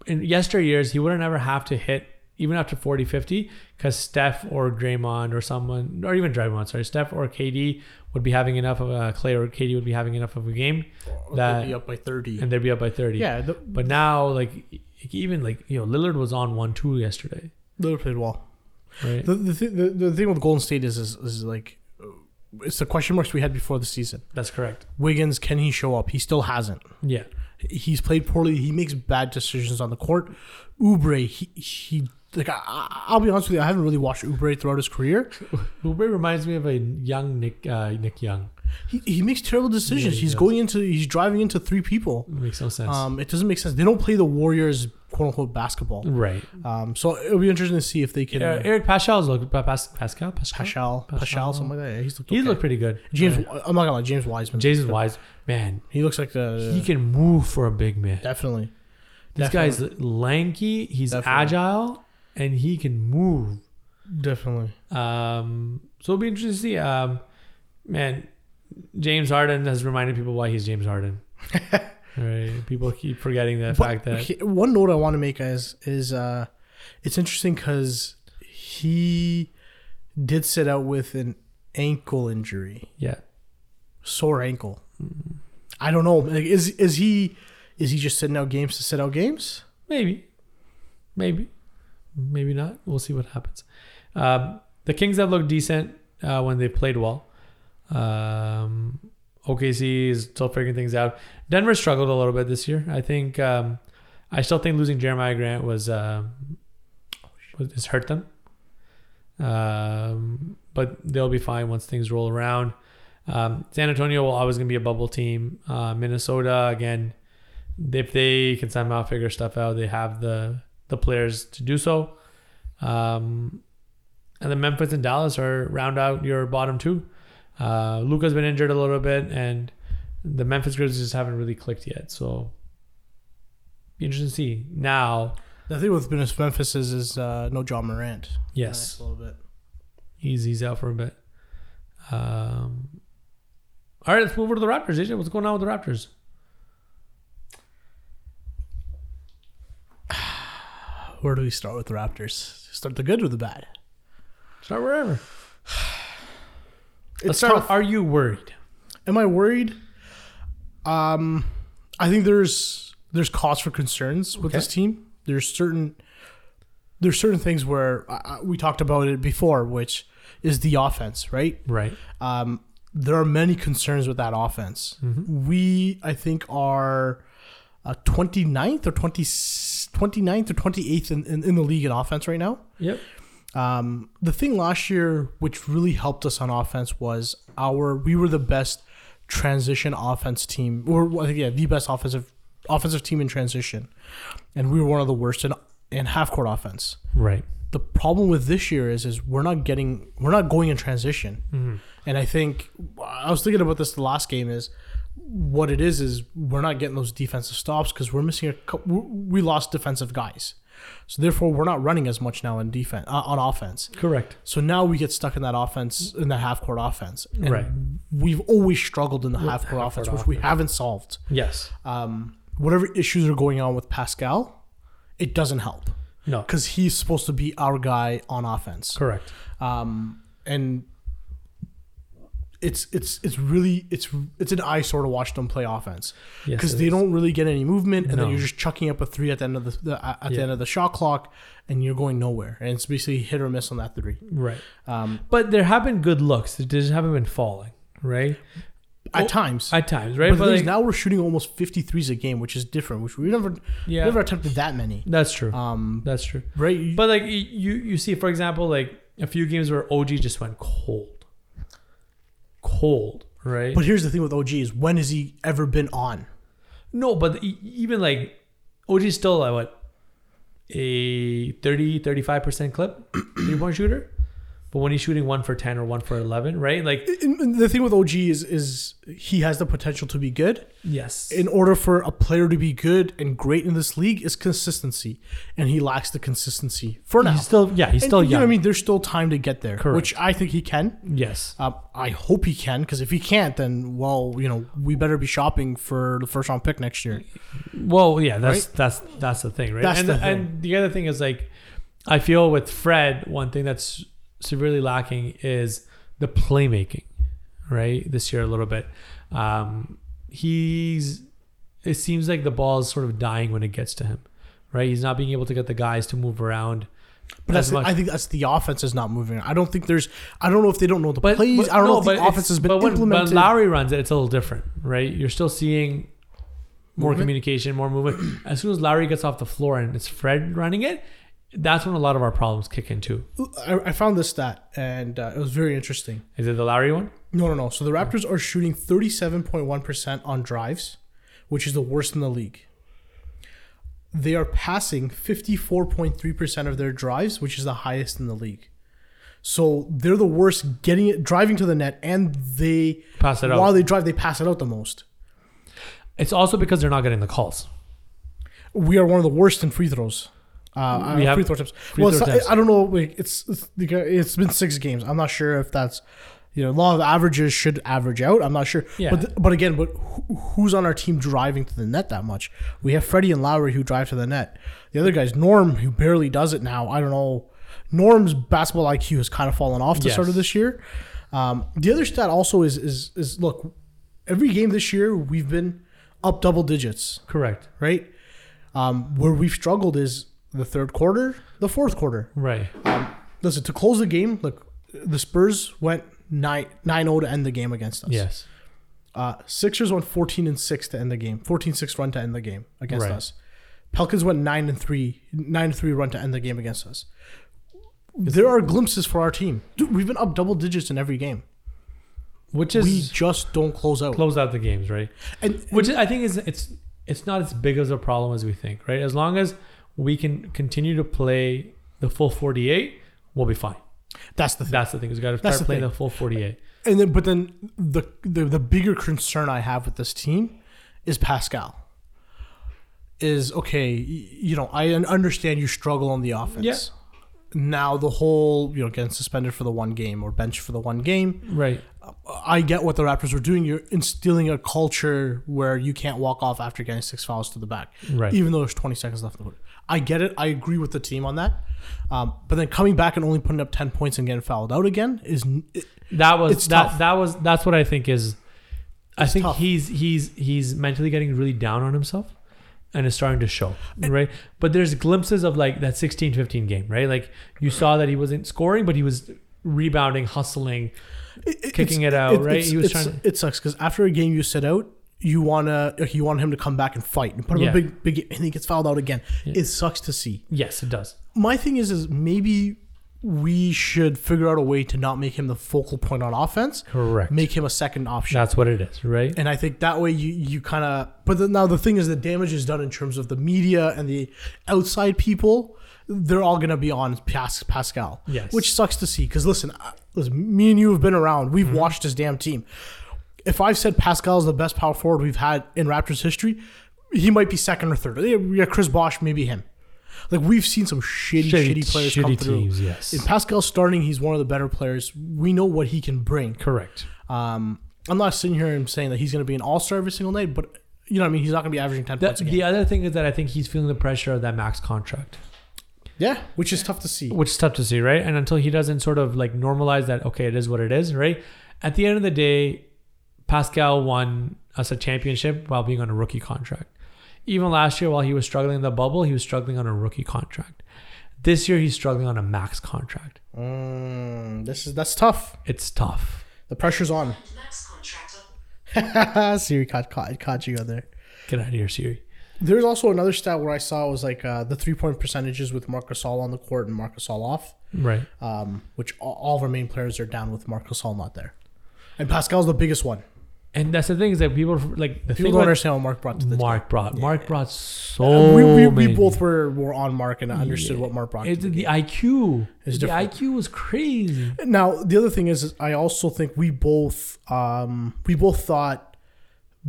in yesteryears he wouldn't ever have to hit even after 40 50 because Steph or Draymond or someone or even Draymond, sorry, Steph or KD would be having enough of a Clay or KD would be having enough of a game They'll be that up by 30. and they'd be up by 30. yeah, the, But now, like even like you know, Lillard was on one two yesterday, they played well. right? The the, th- the the thing with Golden State is is, is like. uh, It's the question marks we had before the season. That's correct. Wiggins, can he show up? He still hasn't. Yeah, he's played poorly. He makes bad decisions on the court. Ubre, he, he like I- I, I'll be honest with you, I haven't really watched Ubre throughout his career. Oubre reminds me of a young Nick uh, Nick Young. He, he makes terrible decisions. Yeah, he he's does. going into he's driving into three people. Makes no sense. Um, it doesn't make sense. They don't play the Warriors quote unquote basketball. right. Um, so it'll be interesting to see if they can Uh, Mm-hmm. Eric Paschal's look. Pa- Pas- Pascal. Pascal. Paschal, Paschal, something like that. Yeah, he's looked He okay. looked pretty good. James. Yeah. I'm not gonna lie, James Wiseman. Jason Wise, man, He looks like the he can move for a big man. definitely. This guy's lanky. He's Definitely. agile, and he can move. definitely. Um, so it'll be interesting to see. Um, man, James Harden has reminded people why he's James Harden. right? People keep forgetting the But fact that he- one note I want to make is is uh, it's interesting because he did sit out with an ankle injury, yeah, sore ankle. I don't know. Like, is is he is he just sitting out games to sit out games? maybe, maybe, maybe not. We'll see what happens. Um, the Kings have looked decent uh, when they played well. Um, OKC is still figuring things out. Denver struggled a little bit this year. I think. Um, I still think losing Jeremiah Grant was um, was has hurt them. Um, but they'll be fine once things roll around. Um, San Antonio will always going to be a bubble team. Uh, Minnesota again, if they can somehow figure stuff out, they have the the players to do so. Um, and then Memphis and Dallas are round out your bottom two. Uh, Luca's been injured a little bit, and the Memphis Grizzlies just haven't really clicked yet. So, be interesting to see. Now, The thing with Buenos Memphis is, is uh, no John Morant. yes, a little bit. he's he's out for a bit. Um, all right, let's move over to the Raptors. AJ, what's going on with the Raptors? Where do we start with the Raptors? Start the good or the bad? Start wherever. It's Let's start. tough. With, are you worried? Am I worried? Um, I think there's there's cause for concerns with Okay. this team. There's certain there's certain things where uh, we talked about it before, which is the offense, right? Right. Um, there are many concerns with that offense. We, I think, are uh, 29th or 20, 29th or 28th in, in, in the league in offense right now. Yep. Um, the thing last year, which really helped us on offense, was our we were the best transition offense team, or well, yeah, the best offensive offensive team in transition, and we were one of the worst in in half court offense. Right. The problem with this year is is we're not getting we're not going in transition, and I think I was thinking about this the last game is what it is is we're not getting those defensive stops because we're missing a cou- we we lost defensive guys. So therefore, we're not running as much now in defense uh, on offense. Correct. So now we get stuck in that offense, in that half court offense. And Right. We've always struggled in the half court half-court offense, which we offense. haven't solved. Yes. Um, whatever issues are going on with Pascal, it doesn't help No. because he's supposed to be our guy on offense. Correct. Um, and Um, it's it's it's really it's it's an eyesore to watch them play offense Yes, because it they is. don't really get any movement, and No. then you're just chucking up a three at the end of the, the at the Yeah. end of the shot clock, and you're going nowhere, and it's basically hit or miss on that three. Right. Um, But there have been good looks. They just haven't been falling, right? at Oh, times, At times, right? but the thing is like, now we're shooting almost 53s a game, which is different, which we never yeah, never attempted that many. that's true. Um, that's true. right? you- But like y- you, you see, for example, like a few games where OG just went cold, cold, right? But here's the thing with OG is when has he ever been on? no, but e- even like OG's still at what a 30, 35 percent clip three point shooter, but when he's shooting one for ten or one for eleven, right? Like And- and The thing with OG is is he has the potential to be good. yes, In order for a player to be good and great in this league is consistency, and he lacks the consistency for now. he's still yeah, he's And still you know young. what I mean, there's still time to get there, Correct. which I think he can. Yes, Uh, I hope he can, because if he can't, then well, you know, we better be shopping for the first round pick next year. Well, yeah, that's that's that's the thing, right? That's and the thing. and the other thing is like, I feel with Fred, one thing that's severely lacking is the playmaking, right? This year a little bit, um, he's it seems like the ball is sort of dying when it gets to him, right? He's not being able to get the guys to move around. But that's as the- much. I think that's the offense is not moving. I don't think there's. I don't know if they don't know the But, plays. but I don't no, know if the but offense it's- has been but when, implemented. When Lowry runs it, it's a little different, right? You're still seeing more Movement? communication, more movement. As soon as Lowry gets off the floor and it's Fred running it, that's when a lot of our problems kick in too. I, I found this stat, and uh, it was very interesting. Is it the Lowry one? No, no, no. So the Raptors are shooting 37.1% on drives, which is the worst in the league. They are passing 54.3% of their drives, which is the highest in the league. So they're the worst getting it, driving to the net, and they Pass it out. while they drive, they pass it out the most. it's also because they're not getting the calls. We are one of the worst in free throws. Uh, We uh, have free throw tips. free well, throw it's- attempts. I, I don't know. Like, it's, it's it's been six games. I'm not sure if that's you know law of averages should average out. I'm not sure. Yeah. But th- but again, but who, who's on our team driving to the net that much? We have Freddie and Lowry who drive to the net. The other guys, Norm, who barely does it now. I don't know. Norm's basketball IQ has kind of fallen off the Yes. start of this year. Um, the other stat also is is is look, every game this year we've been up double digits Correct. right? Um, where we've struggled is the third quarter, the fourth quarter. Right. Listen, to close the game, look, the Spurs went 9 0 to end the game against us. Yes. Uh, Sixers went 14 and 6 to end the game, 14 6 run to end the game against Right. us. Pelicans went 9 and 3, 9 and 3 run to end the game against us. There are glimpses for our team. Dude, we've been up double digits in every game. Which is we just don't close out. close out the games, right? and Which I think is it's it's not as big as a problem as we think, right? As long as we can continue to play the full 48, we'll be fine. that's the thing. That's the thing. We've got to That's start the playing thing. the full 48. And then, but then the, the the bigger concern I have with this team is Pascal. Is okay, y- you know, I un- understand you struggle on the offense. Yeah. Now the whole you know getting suspended for the one game or bench for the one game. Right. I get what the Raptors were doing. You're instilling a culture where you can't walk off after getting six fouls to the back, Right. even though there's 20 seconds left in the quarter. I get it. I agree with the team on that. Um, but then coming back and only putting up 10 points and getting fouled out again is n- it, That was It's that tough. that was that's what I think is I think tough. he's he's he's mentally getting really down on himself and is starting to show, right? But there's glimpses of like that 16-15 game, right? Like you saw that he wasn't scoring, but he was rebounding, hustling. it- kicking it it's- out, right? it's- He was it's- trying It sucks because after a game you sit out, you wanna like, you want him to come back and fight and put up Yeah. a big big and he gets fouled out again. Yeah. It sucks to see. Yes, it does. My thing is is maybe we should figure out a way to not make him the focal point on offense. Correct. Make him a second option. That's what it is, right? and I think that way you you kind of but the, now the thing is the damage is done in terms of the media and the outside people they're all gonna be on Pas- Pascal Yes. which sucks to see because listen I- listen me and you have been around Mm-hmm. we've watched this damn team if I've said Pascal is the best power forward we've had in Raptors history he might be second or third yeah Chris Bosch maybe him like we've seen some shitty shitty, players come shitty through teams, yes. in Pascal starting he's one of the better players we know what he can bring Correct. um, I'm not sitting here and saying that he's going to be an all star every single night, but you know what I mean. He's not going to be averaging ten The, points a game. the other thing is that I think he's feeling the pressure of that max contract. Yeah, which is tough to see. which is tough to see, right? And until he doesn't sort of like normalize that, okay, it is what it is, right? At the end of the day, Pascal won us a championship while being on a rookie contract. Even last year, while he was struggling in the bubble, he was struggling on a rookie contract. This year, he's struggling on a max contract. Mm, this is that's tough. It's tough. The pressure's on. Max contractor. Siri caught, caught, caught you out there. Get out of here, Siri. There's also another stat where I saw was like uh, the three point percentages with Marcus All on the court and Marcus All off, Right. um, which all, all of our main players are down with Marcus All not there. And Pascal's the biggest one. And that's the thing is that people like the People thing don't about understand what Mark brought to the Mark brought. Mark brought team. so We, we, we many- both were, were on Mark and I understood what Mark brought. It's to the the IQ. It's the different. IQ was crazy. Now the other thing is, is I also think we both um, we both thought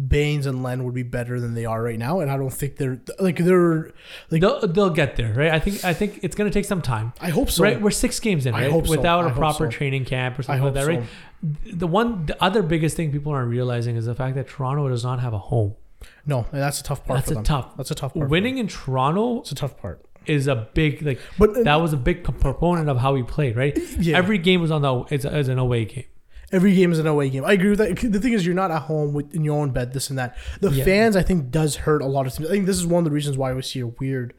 Baines and Len would be better than they are right now, and I don't think they're like they're like They'll, they'll get there, right? I think I think it's gonna take some time. I hope so. right, we're six games in, I right? hope so. Without I a hope proper so. training camp or I something like that, hope right? The one, the other biggest thing people aren't realizing is the fact that Toronto does not have a home. no, and that's a tough part. That's for a them. tough- That's a tough part. for them. Winning in Toronto It's a tough part. is a big like. But uh, That was a big component of how we played, right? Yeah. Every game was on the it's, it's an away game. every game is an away game. I agree with that. The thing is, you're not at home with in your own bed. This and that. The Yeah. fans, I think, does hurt a lot of teams. I think this is one of the reasons why we see a weird,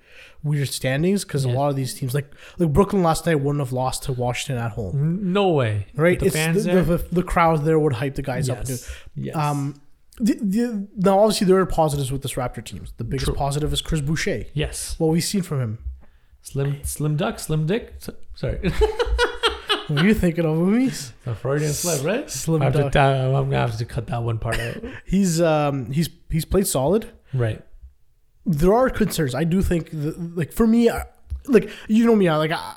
weird standings because Yeah. a lot of these teams, like like Brooklyn last night, wouldn't have lost to Washington at home. N- No way, With Right, The It's fans the, there. the, the crowd there would hype the guys up. Dude. yes. yes. Um, the, the, now obviously there are positives with this Raptor team. The biggest True. positive is Chris Boucher. yes. What we've seen from him. Slim, slim duck, slim dick. S- Sorry, What are you thinking of movies? the Freudian slip, right? Slim I have to Duck. ta- I'm gonna have to cut that one part out. He's um he's he's played solid. right. There are concerns. I do think the, like for me, I, like you know me, I like I,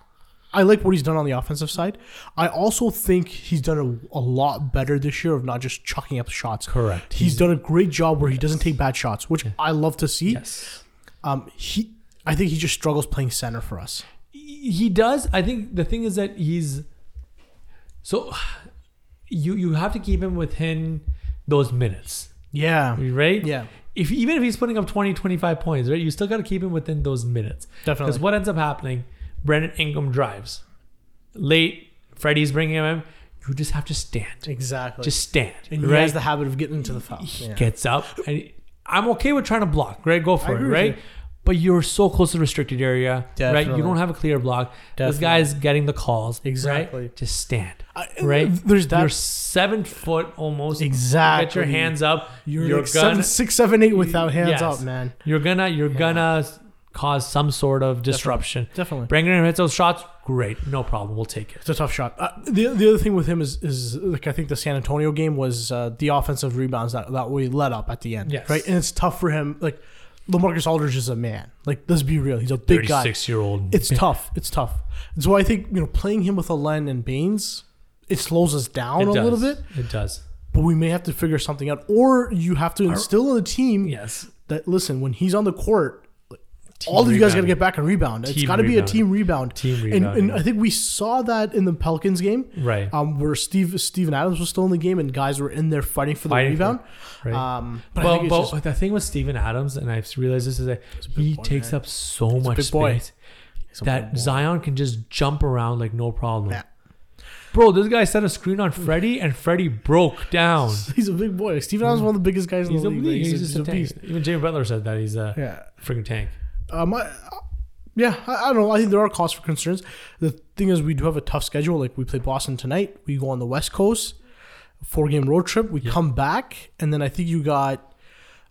I like what he's done on the offensive side. I also think he's done a, a lot better this year of not just chucking up shots. Correct. He's done a great job where he doesn't take bad shots, which I love to see. yes. Um, he, I think he just struggles playing center for us. he does. I think the thing is that he's so you you have to keep him within those minutes, Yeah, right? yeah, If even if he's putting up 20, 25 points, right? You still got to keep him within those minutes. Because definitely. what ends up happening, Brandon Ingram drives late. Freddie's bringing him in. You just have to stand. Exactly. Just stand. and he right? has the habit of getting into the foul. he gets up and he- I'm okay with trying to block, right? Go for it, agree with right? you. But you're so close to the restricted area, right? Definitely. You don't have a clear block. This Definitely. guy's getting the calls, Exactly. Right? Just stand, I- right? There's that. You're seven foot almost. exactly. Get your hands up. You're, You're, like gonna. seven, six, seven, eight without hands Yes. up, man. You're gonna. You're gonna s- cause some sort of disruption. Definitely. Bringing him hits those shots, great, no problem. We'll take it. It's a tough shot. Uh, the the other thing with him is is like I think the San Antonio game was uh, the offensive rebounds that that we let up at the end, Yes. right? And it's tough for him. Like LaMarcus Aldridge is a man. Like let's be real, he's a big guy. Thirty-six year old. It's tough. It's tough. And so I think you know playing him with Alen and Baines, it slows us down a little bit. It does. But we may have to figure something out, or you have to instill in the team Yes. that listen when he's on the court, all of you guys got to rebounding. get back and rebound. It's Team got to be a rebounding. team rebound. Team and, and rebounding. I think we saw that in the Pelicans game, Right. um, where Steve Steven Adams was still in the game and guys were in there fighting for the Fighting for- rebound. right. Um, but I well, think it's but just- the thing with Steven Adams, and I've realized this is that he boy, takes man. up so much big boy. space that Zion can just jump around like no problem. Yeah. Bro, this guy set a screen on Freddie, and Freddie broke down. he's a big boy. Steven Adams is one of the biggest guys in He's a the league. beast. man. He's, He's, just a- he's a, a tank. beast. Even Jimmy Butler said that he's a Yeah. freaking tank. Um, I, I- yeah, I, I don't know. I think there are cause for concerns. The thing is, we do have a tough schedule. Like we play Boston tonight. We go on the West Coast, four game road trip. We come back, and then I think you got,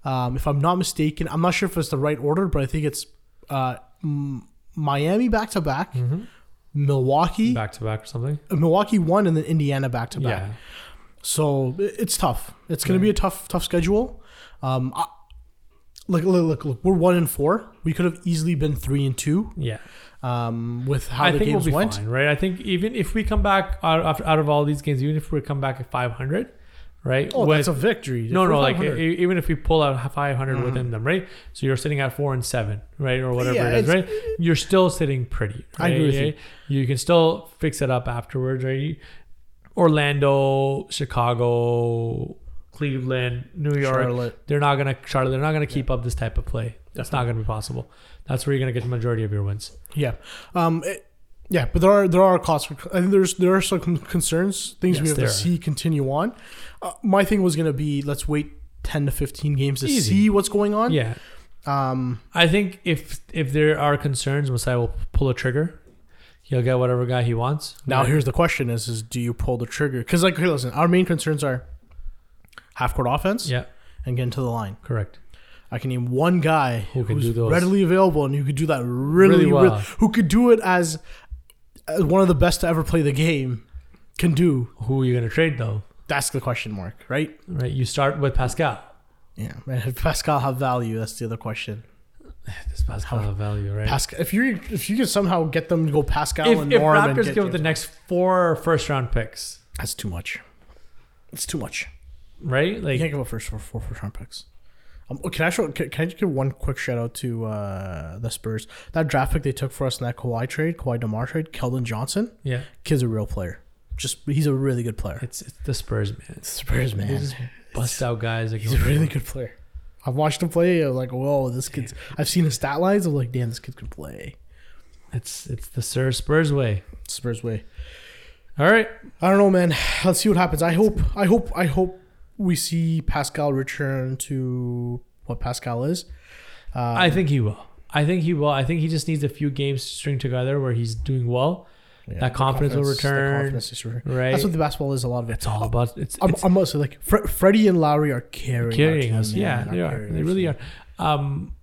um, if I'm not mistaken, I'm not sure if it's the right order, but I think it's uh, M- Miami back to back, Milwaukee, Back to back or something. uh, Milwaukee one, and then Indiana back to back. Yeah. So i- it's tough. It's going to be a tough, tough schedule. Um, I, look, look, look, look, we're one and four. We could have easily been three and two Yeah. um, with how I the think we'll games be went. fine, right? I think even if we come back out, after, out of all these games, even if we come back at 500, right? Oh, with- that's a victory. No, If no, we're like 500. e- even if we pull out 500 Mm-hmm. within them, right? So you're sitting at four and seven, right, or whatever Yeah, it is, right? it's- You're still sitting pretty. I agree right? with you. you. can still fix it up afterwards, right? Orlando, Chicago, Cleveland, New York. Charlotte. They're not gonna Charlotte. They're not gonna keep up this type of play. That's not gonna be possible. That's where you're gonna get the majority of your wins. yeah. Um, it, Yeah, but there are there are costs. For, I think there's there are some concerns, things Yes, we have there to are. see continue on. Uh, my thing was gonna be let's wait ten to fifteen games to Easy. see what's going on. Yeah, Um. I think if if there are concerns, Masai will pull a trigger. He'll get whatever guy he wants. Now here's the question: Is is do you pull the trigger? Because like, okay, listen, our main concerns are half court offense yeah, and getting to the line. correct. I can name one guy Who can who's do those. readily available and who could do that really, Really really well. who could do it as, as one of the best to ever play the game. Can do. Who are you gonna trade though? That's the question mark, right? Right, you start with Pascal. Yeah. And if Pascal have value, that's the other question. Does Pascal have value, right? Pascal, if you if you could somehow get them to go Pascal if, and if Norm and Raptors get give up the James- next four first round picks, that's too much. It's too much. right? You can't Like give up first for four first round picks. Um, oh, can I show? Can, can I just give one quick shout out to uh, the Spurs? That draft pick they took for us in that Kawhi trade, Kawhi Demar trade, Keldon Johnson. yeah, Kid's a real player. Just he's a really good player. it's, it's the Spurs, man. Spurs They just bust out guys. Like He's a really good player. I've watched him play. I'm like, whoa, this kid's. I've seen his stat lines. I'm like, damn, this kid can play. It's it's the Sir Spurs way. Spurs way. All right, I don't know, man. Let's see what happens. I hope. I hope. I hope we see Pascal return to what Pascal is. Uh, I think he will. I think he will. I think he just needs a few games to string together where he's doing well. Yeah, that confidence will that return, confidence is return. right? That's what the basketball is. A lot of it. It's all about it's, I'm, it's I'm mostly like Fre- Freddie and Lowry are carrying, our carrying team, us. man. Yeah, they are. carrying They our really team. are. Um,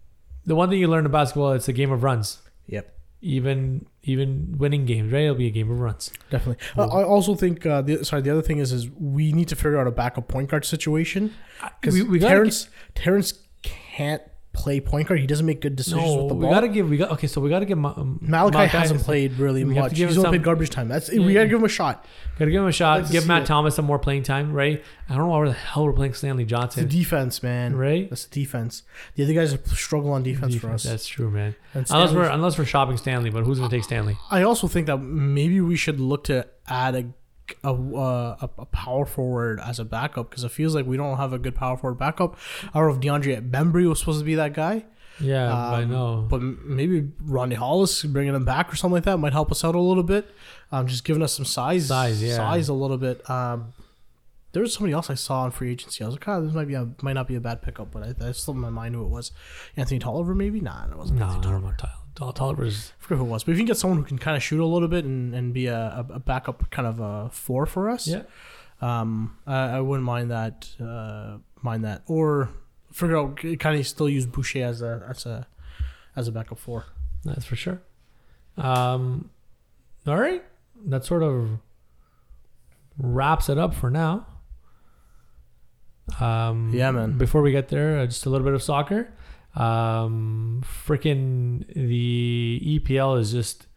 the one thing you learn in basketball, it's a game of runs. Yep, Even even winning games, right? It'll be a game of runs. definitely. Uh, I also think. Uh, the, sorry, the other thing is, is we need to figure out a backup point guard situation because We, we gotta Terrence Terrence can't play point guard. He doesn't make good gi- decisions no, with the we ball. gotta give. We got okay. So we gotta give Ma- um, Malachi, hasn't played really we have to much. give He's him only some- played garbage time. That's Yeah. we gotta give him a shot. Gotta give him a shot. I'd like to give see Matt it. Thomas some more playing time, right? I don't know why the hell we're playing Stanley It's the Johnson, defense, man. right? That's the defense. The other guys struggle on defense, for us. That's true, man. And Unless we're Stanley's- unless we're shopping Stanley, but who's gonna take Stanley? I also think that maybe we should look to add a a, uh, a, a power forward as a backup because it feels like we don't have a good power forward backup. I don't know if DeAndre Bembry was supposed to be that guy, Yeah, I Um, know. but m- maybe Ronnie Hollis bringing him back or something like that might help us out a little bit. Um, just giving us some size, Size, yeah. size a little bit. Um, there was somebody else I saw on free agency. I was like, oh, this might be a, might not be a bad pickup, but I, I still in my mind who it was. Anthony Tolliver, maybe? Nah, it wasn't No, I Anthony don't Tolliver. know. Tyler- Tyler Tolliver's I forget who it was, but if you can get someone who can kind of shoot a little bit and, and be a, a a backup kind of a four for us, yeah. um, I, I wouldn't mind that. Uh, mind that, or figure out kind of still use Boucher as a as a as a backup four. That's for sure. Um, all right, that sort of wraps it up for now. Um, Yeah, man. Before we get there, uh, just a little bit of soccer. Um, freaking the EPL is just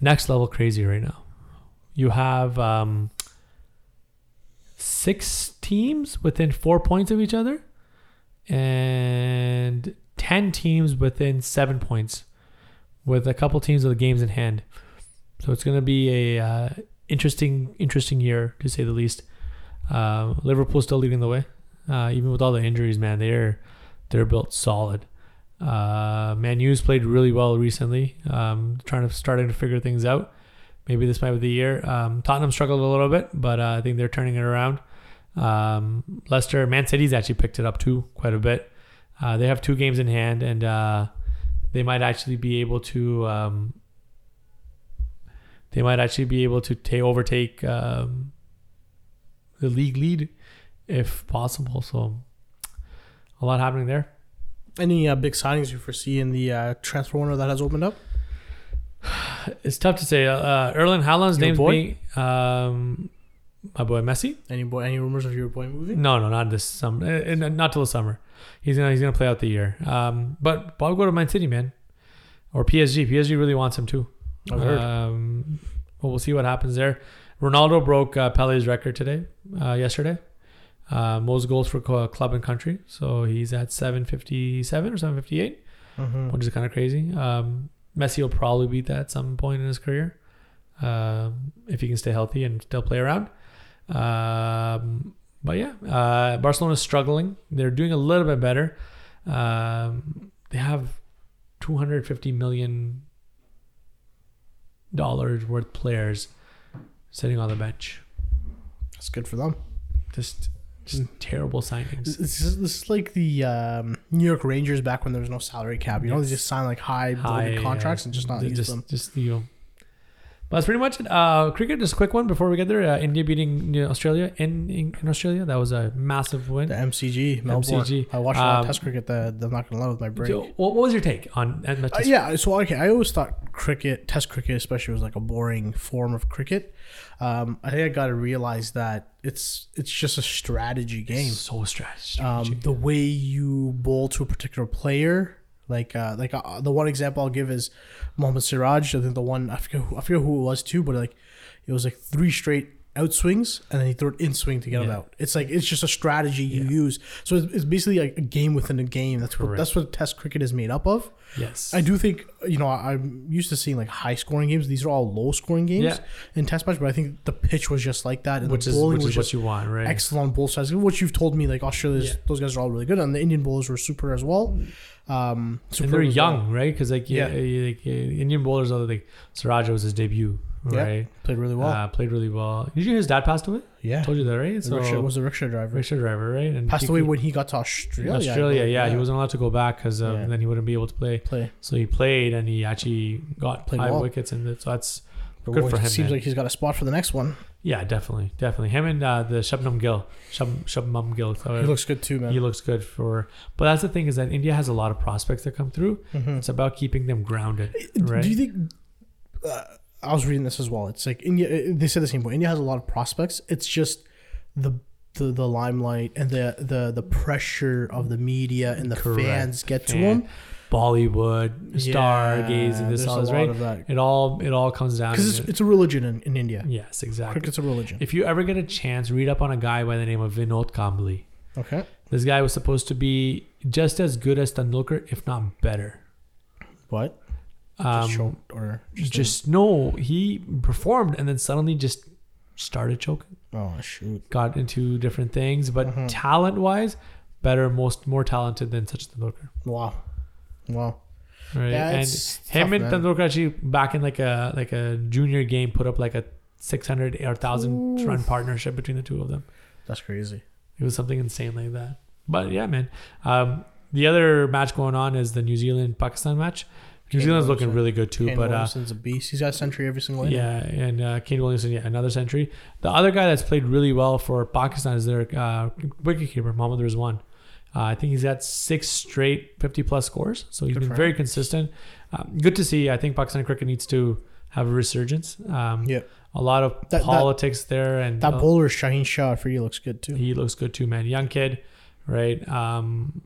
next level crazy right now. You have um, six teams within four points of each other, and ten teams within seven points with a couple teams with games in hand. So it's going to be a uh, interesting, interesting year to say the least. Uh, Liverpool's still leading the way, uh, even with all the injuries. Man, they're they're built solid. Uh, Man U's played really well recently. Um, trying to starting to figure things out. Maybe this might be the year. Um, Tottenham struggled a little bit, but uh, I think they're turning it around. Um, Leicester, Man City's actually picked it up too quite a bit. Uh, they have two games in hand, and uh, they might actually be able to um, they might actually be able to ta- overtake um, the league lead if possible. So a lot happening there. Any uh, big signings you foresee in the uh, transfer window that has opened up? It's tough to say. Uh, Uh, Erlen Haaland's Your name's boy? being um, my boy Messi. Any boy, any rumors of your boy moving? No, no, not this summer. Eh, eh, Not till the summer. He's gonna he's gonna play out the year. Um, but Bob go to Man City, man, or PSG. PSG really wants him too. I've heard. Um, well, we'll see what happens there. Ronaldo broke uh, Pele's record today, uh, yesterday. Uh, most goals for co- club and country. So he's at 757 or 758 Mhm. which is kind of crazy. Um, Messi will probably beat that at some point in his career um, if he can stay healthy and still play around. Um, but yeah, uh, Barcelona's struggling. They're doing a little bit better. Um, they have 250 million dollars worth players sitting on the bench. That's good for them. Just just terrible signings. This is, this is like the um, New York Rangers back when there was no salary cap. You know, they just sign like high, bloated High, contracts uh, and just not they use just, them. Just you know. But that's pretty much it. Uh, cricket, just a quick one before we get there. Uh, India beating you know, Australia in, in in Australia. That was a massive win. The MCG, Melbourne. MCG. I watched a lot Um, of Test cricket. That that I'm not gonna lie with my brain. So, what, what was your take on and that's Uh, just- yeah, so okay, I always thought cricket, Test cricket especially, was like a boring form of cricket. Um, I think I got to realize that it's it's just a strategy game. so stretched? Um, the way you bowl to a particular player, like uh, like uh, the one example I'll give is Mohammad Siraj. I think the one I forget who, I forget who it was too, but like it was like three straight out swings and then he threw an in swing to get him Yeah. out. It's like it's just a strategy you use. So it's, it's basically like a game within a game. That's what Correct. that's what Test cricket is made up of. yes, I do think you know I- I'm used to seeing like high scoring games. These are all low scoring games Yeah. in Test match, but I think the pitch was just like that, and which the is bowling which was is just what you want, right? excellent on both sides. Which you've told me like Australia's Yeah. those guys are all really good, and the Indian bowlers were super as well. Um, super and they're as well. young, right? Because like yeah, Yeah. you- like uh, Indian bowlers are like Siraj was his debut, Yeah. right? played really well. Uh, played really well. Did you hear his dad passed away? yeah, told you that, right? The rickshaw- was the rickshaw driver Richard driver, right? And passed he- away he- when he got to Australia. I Australia, believe. yeah, he wasn't allowed to go back because Yeah. then he wouldn't be able to play. play. So he played and he actually got Played five well. wickets, and that- so that's But Good boy, for it him, Seems man. like he's got a spot for the next one. yeah, definitely, definitely. Him and uh, the Shabnam Gill, Shab, Shabnam Gill. so He looks good too, man. he looks good for. But that's the thing is that India has a lot of prospects that come through. Mhm. It's about keeping them grounded, Do you right? think? Uh, I was reading this as well. It's like India. uh, They said the same point. India has a lot of prospects. It's just the the, the limelight and the, the the pressure of the media and the Correct. fans get to Fan- them. Bollywood, stargazing, this there's all a this, lot right? of that It all it all comes down. because to- it's, it's a religion in, in India. yes, exactly. Cricket's a religion. If you ever get a chance, read up on a guy by the name of Vinod Kambli. okay. This guy was supposed to be just as good as Tendulkar, if not better. What? Um, just show or just, just, no, he performed and then suddenly just started choking. oh shoot. Got into different things, but Mm-hmm. talent wise, better, most more talented than Sachin Tendulkar. Wow. Wow. Right? Yeah, and it's him tough, and man. Tendulkar actually back in like a like a junior game put up like a six hundred or thousand run partnership between the two of them. That's crazy. It was something insane like that. But yeah, man. Um, the other match going on is the New Zealand Pakistan match. New Kane Zealand's looking Williamson. really good too, Kane but uh, Williamson's a beast. He's got a century every single inning. yeah, and uh, Kane Williamson, yeah, another century. The other guy that's played really well for Pakistan is their uh, wicketkeeper, Mohammad Rizwan. Uh, I think he's got six straight 50 plus scores, so he's Good been for very consistent. Um, good to see. I think Pakistan cricket needs to have a resurgence. Um, Yeah. A lot of that- politics there, and That uh, bowler Shaheen Shah for you looks good too. he looks good too, man. Young kid, right? Um,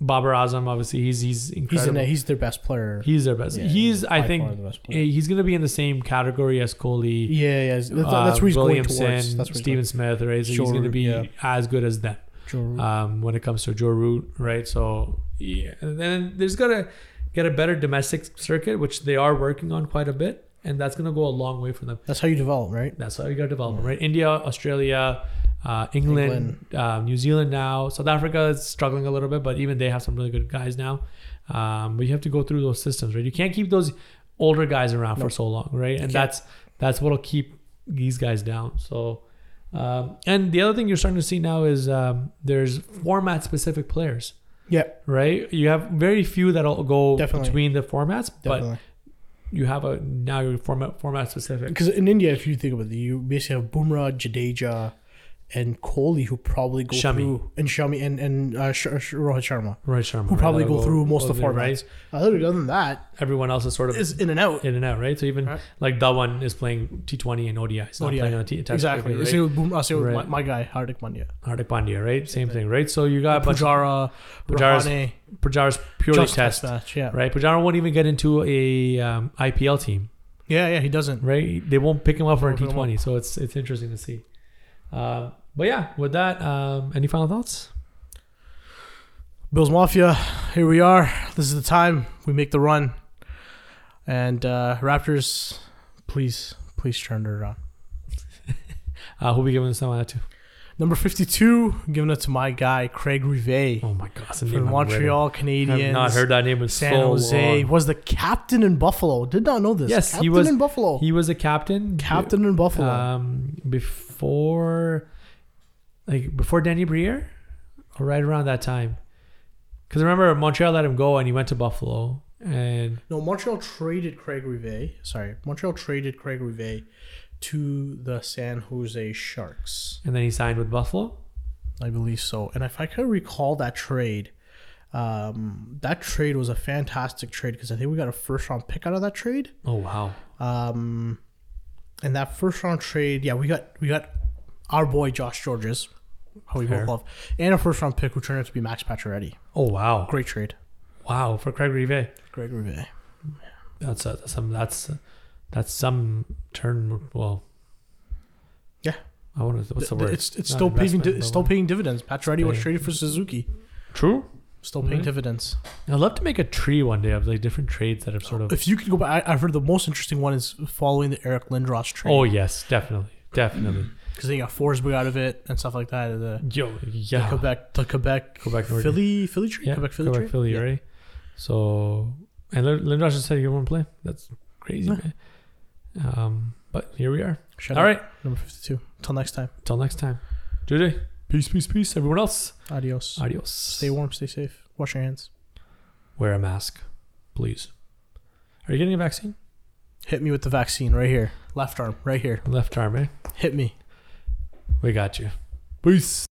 Babar Azam, obviously, he's he's He's in incredible. a, He's, he's their best player. their best. Yeah, he's, I by far think, eh, the best player. he's going to be in the same category as Kohli. Yeah, yeah. That's, that's um, where he's Williamson, going towards. That's where Steven Smith, right? So he's Joe going to Root, be yeah. Mm-hmm. as good as them He's going. Joe Root. um, when it comes to Joe Root, right? So yeah, and then there's got to get a better domestic circuit, which they are working on quite a bit, and that's going to go a long way for them. That's how you develop, right? That's how you got to develop, them, right? India, Australia, uh, England, uh, New Zealand now. South Africa is struggling a little bit, but even they have some really good guys now. Um, but you have to go through those systems, right? You can't keep those older guys around for so long, right? And can't. that's that's what'll keep these guys down. So, um, and the other thing you're starting to see now is um, there's format specific players, Yeah, right? You have very few that'll go Definitely. between the formats, definitely. but you have a now you're format format specific. Because in India, if you think about it, you basically have Bumrah, Jadeja, and Kohli who probably go Shami. through, and Shami and and uh, Sh- Sh- Rohit Sharma. Right, Sharma. who right? probably That'll go through most of the go through, formats. Other than that, Everyone else is sort of is in and out. in and out, right? So even Right. like that one is playing T20 and ODI. It's not ODI. playing on the T- test exactly. cricket, Same with Bum- uh, same with Right. my, my guy Hardik Pandya, right? Hardik Pandya, right? Same thing, right? So you got a bunch of Pujara, Pujara's Rahane, Pujara's purely just test, match. Yeah, right? Pujara won't even get into a um, IPL team, yeah, yeah. He doesn't. right? They won't pick him up for a Won't pick him T20. So it's it's interesting to see. Um, but yeah, with that, um, any final thoughts? Bills Mafia, here we are. This is the time we make the run, and uh, Raptors, please, please turn it around. Uh, who'll be giving this one out to? Number 52, giving it to my guy, Craig Rivet Oh my god, that's a for name I'm Montreal riddled. Canadiens. I've not heard that name in San so Jose. long. Was the captain in Buffalo. Did not know this. Yes, he captain was- in Buffalo. He was a captain. captain in Buffalo. Um, before, like before Danny Briere, or right around that time, because remember Montreal let him go and he went to Buffalo. And no, Montreal traded Craig Rivet. Sorry, Montreal traded Craig Rivet to the San Jose Sharks. and then he signed with Buffalo. I believe so. And if I could recall that trade, um, that trade was a fantastic trade because I think we got a first round pick out of that trade. Oh wow. Um, and that first round trade, yeah, we got we got our boy Josh Georges, who we Fair. both love, and a first round pick who turned out to be Max Pacioretty. Oh wow. Great trade, Wow for Craig Rivet. Greg Rivet. That's a, that's some that's that's some turn. Well, Yeah. I want to. What's the word? It's it's Not still paying investment, di- it's but still what- paying dividends. Pacioretty was Paying. traded for Suzuki, True. still paying Mhm. dividends. I'd love to make a tree one day of like different trades that have sort of. If you could go back, I, I've heard the most interesting one is following the Eric Lindros trade. Mm-hmm. Oh yes, definitely, definitely. because they got Forsberg out of it and stuff like that. The, Yo, the yeah. Quebec, the Quebec, Quebec, Nordic. Philly, Philly trade, yeah, Quebec, Philly trade, Philly, Yeah. right? So, and Lin- Lindros just said he won't play. That's crazy, Yeah. man. Um, but here we are. Shout All out, right. number fifty-two. Till next time, Till next time. Judy. Peace, peace, peace. Everyone else. adios. Adios. Stay warm, stay safe, wash your hands. Wear a mask, please. Are you getting a vaccine? Hit me with the vaccine right here, left arm, right here. Left arm, eh? Hit me. We got you. Peace.